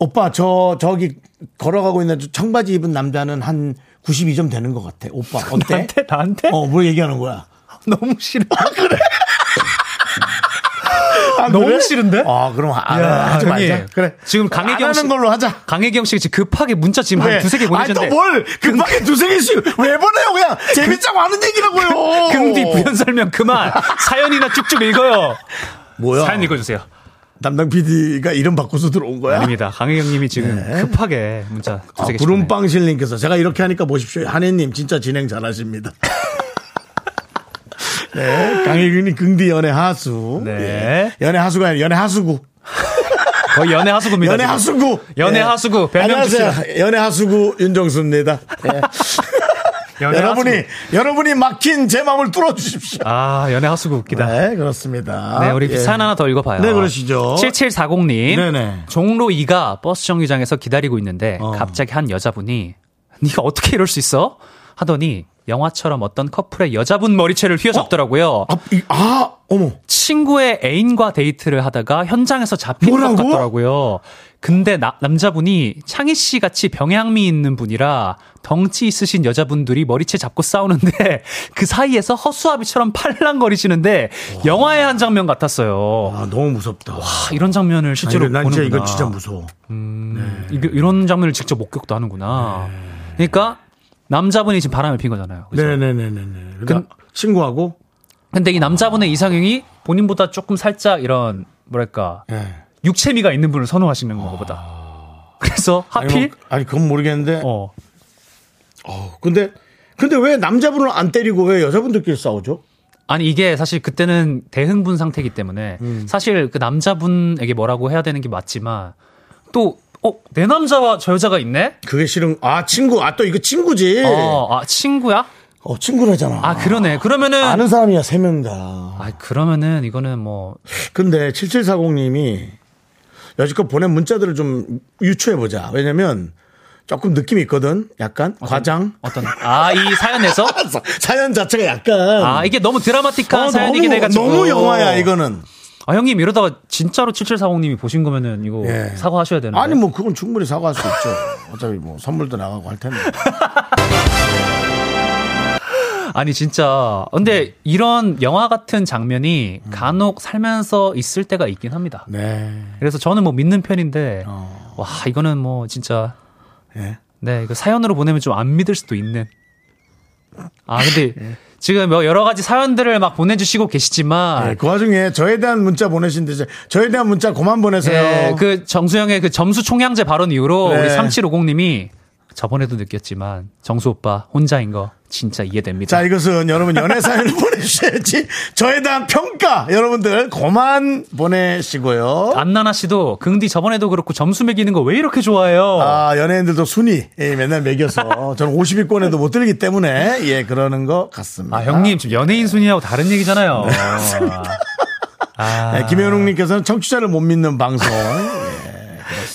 오빠 저 저기 걸어가고 있는 저 청바지 입은 남자는 한 92점 되는 것 같아 오빠 어때? 나한테 나한테 어뭘 얘기하는 거야? 너무 싫어. 아, 너무 그래? 싫은데? 아 그럼 아, 야, 하지 형님. 말자 그래 지금 안 강혜경 하는 씨 걸로 하자. 강혜경 씨가 지금 급하게 문자 지금 한 두세 개 보내셨는데 네. 아니 또뭘 급하게 두세 개씩 왜 보내요 그냥 재밌자고 하는 얘기라고요. 금디 부연 설명 그만 사연이나 쭉쭉 읽어요. 뭐야? 사연 읽어주세요. 담당 PD가 이름 바꿔서 들어온 거야? 그- 아닙니다. 강혜경님이 지금 네. 급하게 문자 아, 두세 개씩 보내요. 구름빵실님께서 제가 이렇게 하니까 보십시오. 한혜님 진짜 진행 잘하십니다. 네, 강혜균이 긍디 연애 하수. 네. 예. 연애 하수가 아니라 연애 하수구. 거의 연애 하수구입니다. 연애 지금. 하수구. 연애 예. 하수구 별명 주세요. 안녕하세요. 연애 하수구 윤정수입니다. 예. 연애 여러분이 하수구. 여러분이 막힌 제 마음을 뚫어 주십시오. 아 연애 하수구 웃기다. 네. 네, 그렇습니다. 우리 예. 사연 하나 더 읽어봐요. 네, 그러시죠. 7740님. 네네. 종로 2가 버스 정류장에서 기다리고 있는데 어. 갑자기 한 여자분이 네가 어떻게 이럴 수 있어? 하더니 영화처럼 어떤 커플의 여자분 머리채를 휘어잡더라고요. 아, 이- 아, 어머. 친구의 애인과 데이트를 하다가 현장에서 잡힌 뭐라고? 것 같더라고요. 근데 나- 남자분이 창희 씨 같이 병양미 있는 분이라 덩치 있으신 여자분들이 머리채 잡고 싸우는데 그 사이에서 허수아비처럼 팔랑거리시는데 영화의 한 장면 같았어요. 아, 너무 무섭다. 아, 이런 장면을 실제로 아니, 난 보는구나. 진짜 이건 진짜 무서워. 이거- 이런 장면을 직접 목격도 하는구나. 그러니까 남자분이 지금 바람을 핀 거잖아요. 그죠? 네. 그렇죠. 네네네네네. 그러니까 신고하고 근데 이 남자분의 이상형이 본인보다 조금 살짝 이런 뭐랄까 예. 육체미가 있는 분을 선호하시는 것보다. 그래서 아. 아니, 하필 뭐, 아니 그건 모르겠는데. 어 근데 근데 왜 남자분을 안 때리고 왜 여자분들끼리 싸우죠? 아니 이게 사실 그때는 대흥분 상태이기 때문에 음. 사실 그 남자분에게 뭐라고 해야 되는 게 맞지만 또 어 내 남자와 저 여자가 있네. 그게 싫은 아 친구 아 또 이거 친구지. 어, 어, 아 친구야? 친구라잖아. 아 그러네. 그러면은 아는 사람이야 세 명 다. 아 그러면은 이거는 뭐 근데 7740님이 여지껏 보낸 문자들을 좀 유추해 보자. 왜냐면 조금 느낌이 있거든. 약간 과장. 어떤 아 이 사연에서 그- 사연 자체가 약간 아 이게 너무 드라마틱한 어, 사연이긴 너무, 해가지고 너무 영화야 이거는. 아 형님 이러다가 진짜로 7740님이 보신 거면은 이거 예. 사과하셔야 되는데 아니 뭐 그건 충분히 사과할 수 있죠. 어차피 뭐 선물도 나가고 할 텐데. 아니 진짜 음. 근데 이런 영화 같은 장면이 간혹 살면서 있을 때가 있긴 합니다. 네. 어. 그래서 저는 뭐 믿는 편인데 와 이거는 뭐 진짜 예. 네 이거 사연으로 보내면 좀 안 믿을 수도 있는. 아 근데 예. 지금 뭐 여러 가지 사연들을 막 보내주시고 네, 계시지만 그 와중에 저에 대한 문자 보내신데 이제 저에 대한 문자 그만 보내세요. 예, 그 정수영의 그 점수 총량제 발언 이후로 네. 우리 3750님이 저번에도 느꼈지만 정수 오빠 혼자인 거 진짜 이해됩니다. 자, 이것은 여러분 연애 사연을 보내주셔야지 저에 대한 평가 여러분들 그만 보내시고요. 안나나 씨도 긍디 저번에도 그렇고 점수 매기는 거 왜 이렇게 좋아해요? 아, 연예인들도 순위 예, 맨날 매겨서 저는 50위권에도 못 들기 때문에 예, 그러는 것 같습니다. 아, 형님, 지금 연예인 순위하고 다른 얘기잖아요. 아, 네, 김현웅님께서는 청취자를 못 믿는 방송. 예.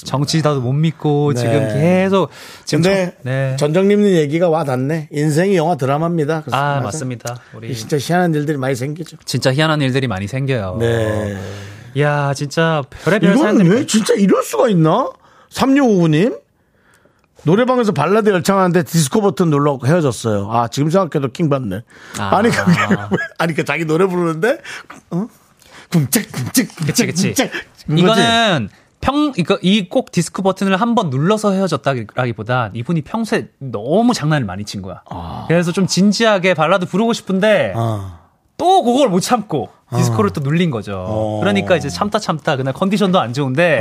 정치자도 못 믿고 네. 지금 계속 지금 근데 정- 네. 전정님님 얘기가 와닿네. 인생이 영화 드라마입니다. 그래서 아, 맞아요. 맞습니다. 우리 진짜 희한한 일들이 많이 생기죠. 진짜 희한한 일들이 많이 생겨요. 야, 진짜 별의별 네. 이건 어. 사연들이 왜 진짜 이럴 수가 있나? 3659님? 노래방에서 발라드 열창하는데 디스코 버튼 눌러 헤어졌어요. 아, 지금 생각해도 킹받네. 아. 아. 니 그게, 왜- 아니, 그 자기 노래 부르는데, 어? 굶짝굶짝, 그치, 그치. 굶짝굶짝. 그거지? 이거는 평, 이거, 이 꼭 디스크 버튼을 한 번 눌러서 헤어졌다기보단 이분이 평소에 너무 장난을 많이 친 거야. 그래서 좀 진지하게 발라드 부르고 싶은데 아. 아, 또 그걸 못 참고 디스코를 또 눌린 거죠. 어. 그러니까 이제 참다 참다 그날 컨디션도 안 좋은데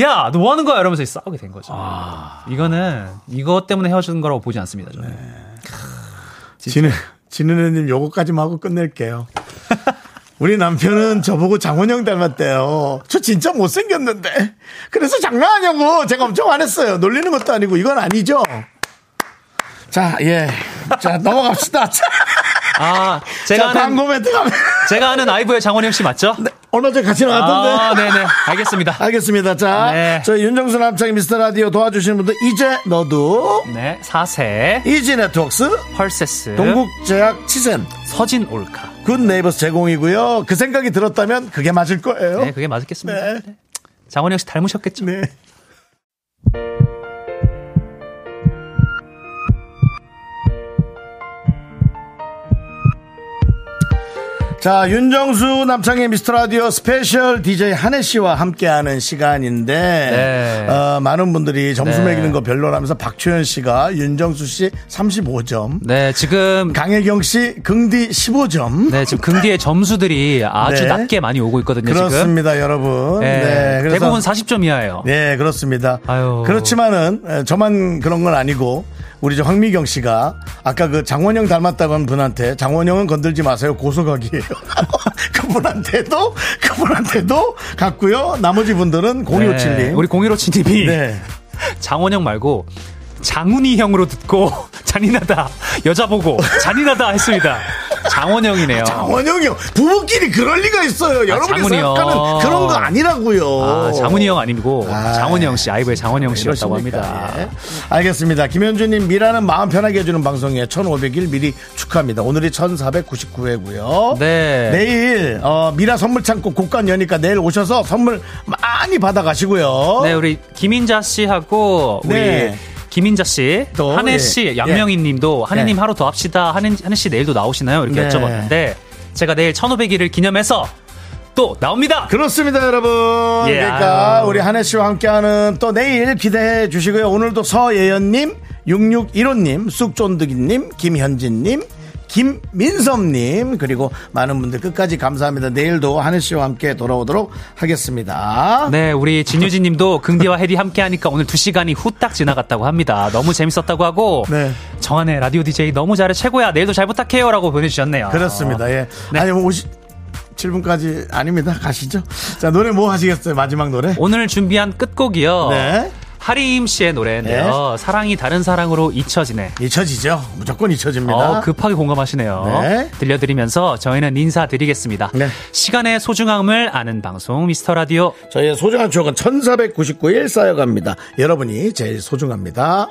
야 너 뭐 하는 거야 이러면서 이제 싸우게 된 거죠. 아. 이거는 이것 때문에 헤어진 거라고 보지 않습니다. 저는. 네. 진은 진은혜님 요거까지만 하고 끝낼게요. 우리 남편은 저보고 장원영 닮았대요. 저 진짜 못생겼는데. 그래서 장난하냐고 제가 엄청 화냈어요. 놀리는 것도 아니고 이건 아니죠. 자, 예. 자, 넘어갑시다. 자, 아 제가 자, 아는 광고 네, 멘트 가면. 제가 아는 아이브의 장원영 씨 맞죠? 오늘 저 같이 나왔던데. 아, 네네. 알겠습니다. 알겠습니다. 자, 네. 저희 윤정수 남창희 미스터 라디오 도와주시는 분들 이제 너도 네, 사세, 이지 네트웍스 펄세스, 동국제약 치센 서진 올카. 굿네이버스 제공이고요. 그 생각이 들었다면 그게 맞을 거예요. 네, 그게 맞겠습니다. 네. 장원영 씨 닮으셨겠죠? 어? 네. 자, 윤정수 남창의 미스터 라디오 스페셜 DJ 한혜 씨와 함께하는 시간인데 네. 어, 많은 분들이 점수 네. 매기는 거 별로라면서 박초현 씨가 윤정수 씨 35점, 네, 지금 강혜경 씨 긍디 15점. 네, 지금 금디의 점수들이 아주 네. 낮게 많이 오고 있거든요, 지금. 그렇습니다, 여러분. 네, 네, 그래서 대부분 40점 이하예요. 네, 그렇습니다. 아유. 그렇지만은 에, 저만 그런 건 아니고 우리 저 황미경 씨가 아까 그 장원영 닮았다고 한 분한테 장원영은 건들지 마세요 고소각이에요. 그분한테도 그분한테도 갔고요. 나머지 분들은 네, 0257님. 우리 0157님이 네. 장원영 말고 장훈이 형으로 듣고 잔인하다 여자 보고 잔인하다 했습니다. 장원영이네요. 아, 장원영이요. 부부끼리 그럴 리가 있어요. 여러분이 아, 장훈이요. 생각하는 그런 거 아니라고요. 아, 장훈이 형 아니고 아, 네, 장원영 씨, 아이브의 장원영 씨였다고 이러십니까? 합니다. 예. 알겠습니다. 김현주님 미라는 마음 편하게 해주는 방송에 1,500일 미리 축하합니다. 오늘이 1,499회고요. 네. 내일 어, 미라 선물 창고 곡간 여니까 내일 오셔서 선물 많이 받아가시고요. 네, 우리 김인자 씨하고 우리 어? 네. 김인자 씨, 또, 한혜 예. 씨, 양명희 님도 한혜님 네. 하루 더 합시다. 한혜, 한혜 씨 내일도 나오시나요? 이렇게 네. 여쭤봤는데 제가 내일 1500일을 기념해서 또 나옵니다. 그렇습니다, 여러분. 예, 그러니까 아유. 우리 한혜 씨와 함께하는 또 내일 기대해 주시고요. 오늘도 서예연님, 6615님, 쑥쫀득이님, 김현진님, 김민섭님 그리고 많은 분들 끝까지 감사합니다. 내일도 한혜 씨와 함께 돌아오도록 하겠습니다. 네, 우리 진유진 님도 긍디와 해리 함께 하니까 오늘 2시간이 후딱 지나갔다고 합니다. 너무 재밌었다고 하고 네. 정한의 라디오 DJ 너무 잘해 최고야. 내일도 잘 부탁해요라고 보내 주셨네요. 그렇습니다. 예. 네. 아니 57분까지 아닙니다. 가시죠. 자 노래 뭐 하시겠어요? 마지막 노래. 오늘 준비한 끝곡이요. 네. 하림 씨의 노래인데요. 사랑이 다른 사랑으로 잊혀지네. 잊혀지죠. 무조건 잊혀집니다. 어, 급하게 공감하시네요. 네. 들려드리면서 저희는 인사드리겠습니다. 네. 시간의 소중함을 아는 방송 미스터 라디오. 저희의 소중한 추억은 1499일 쌓여갑니다. 여러분이 제일 소중합니다.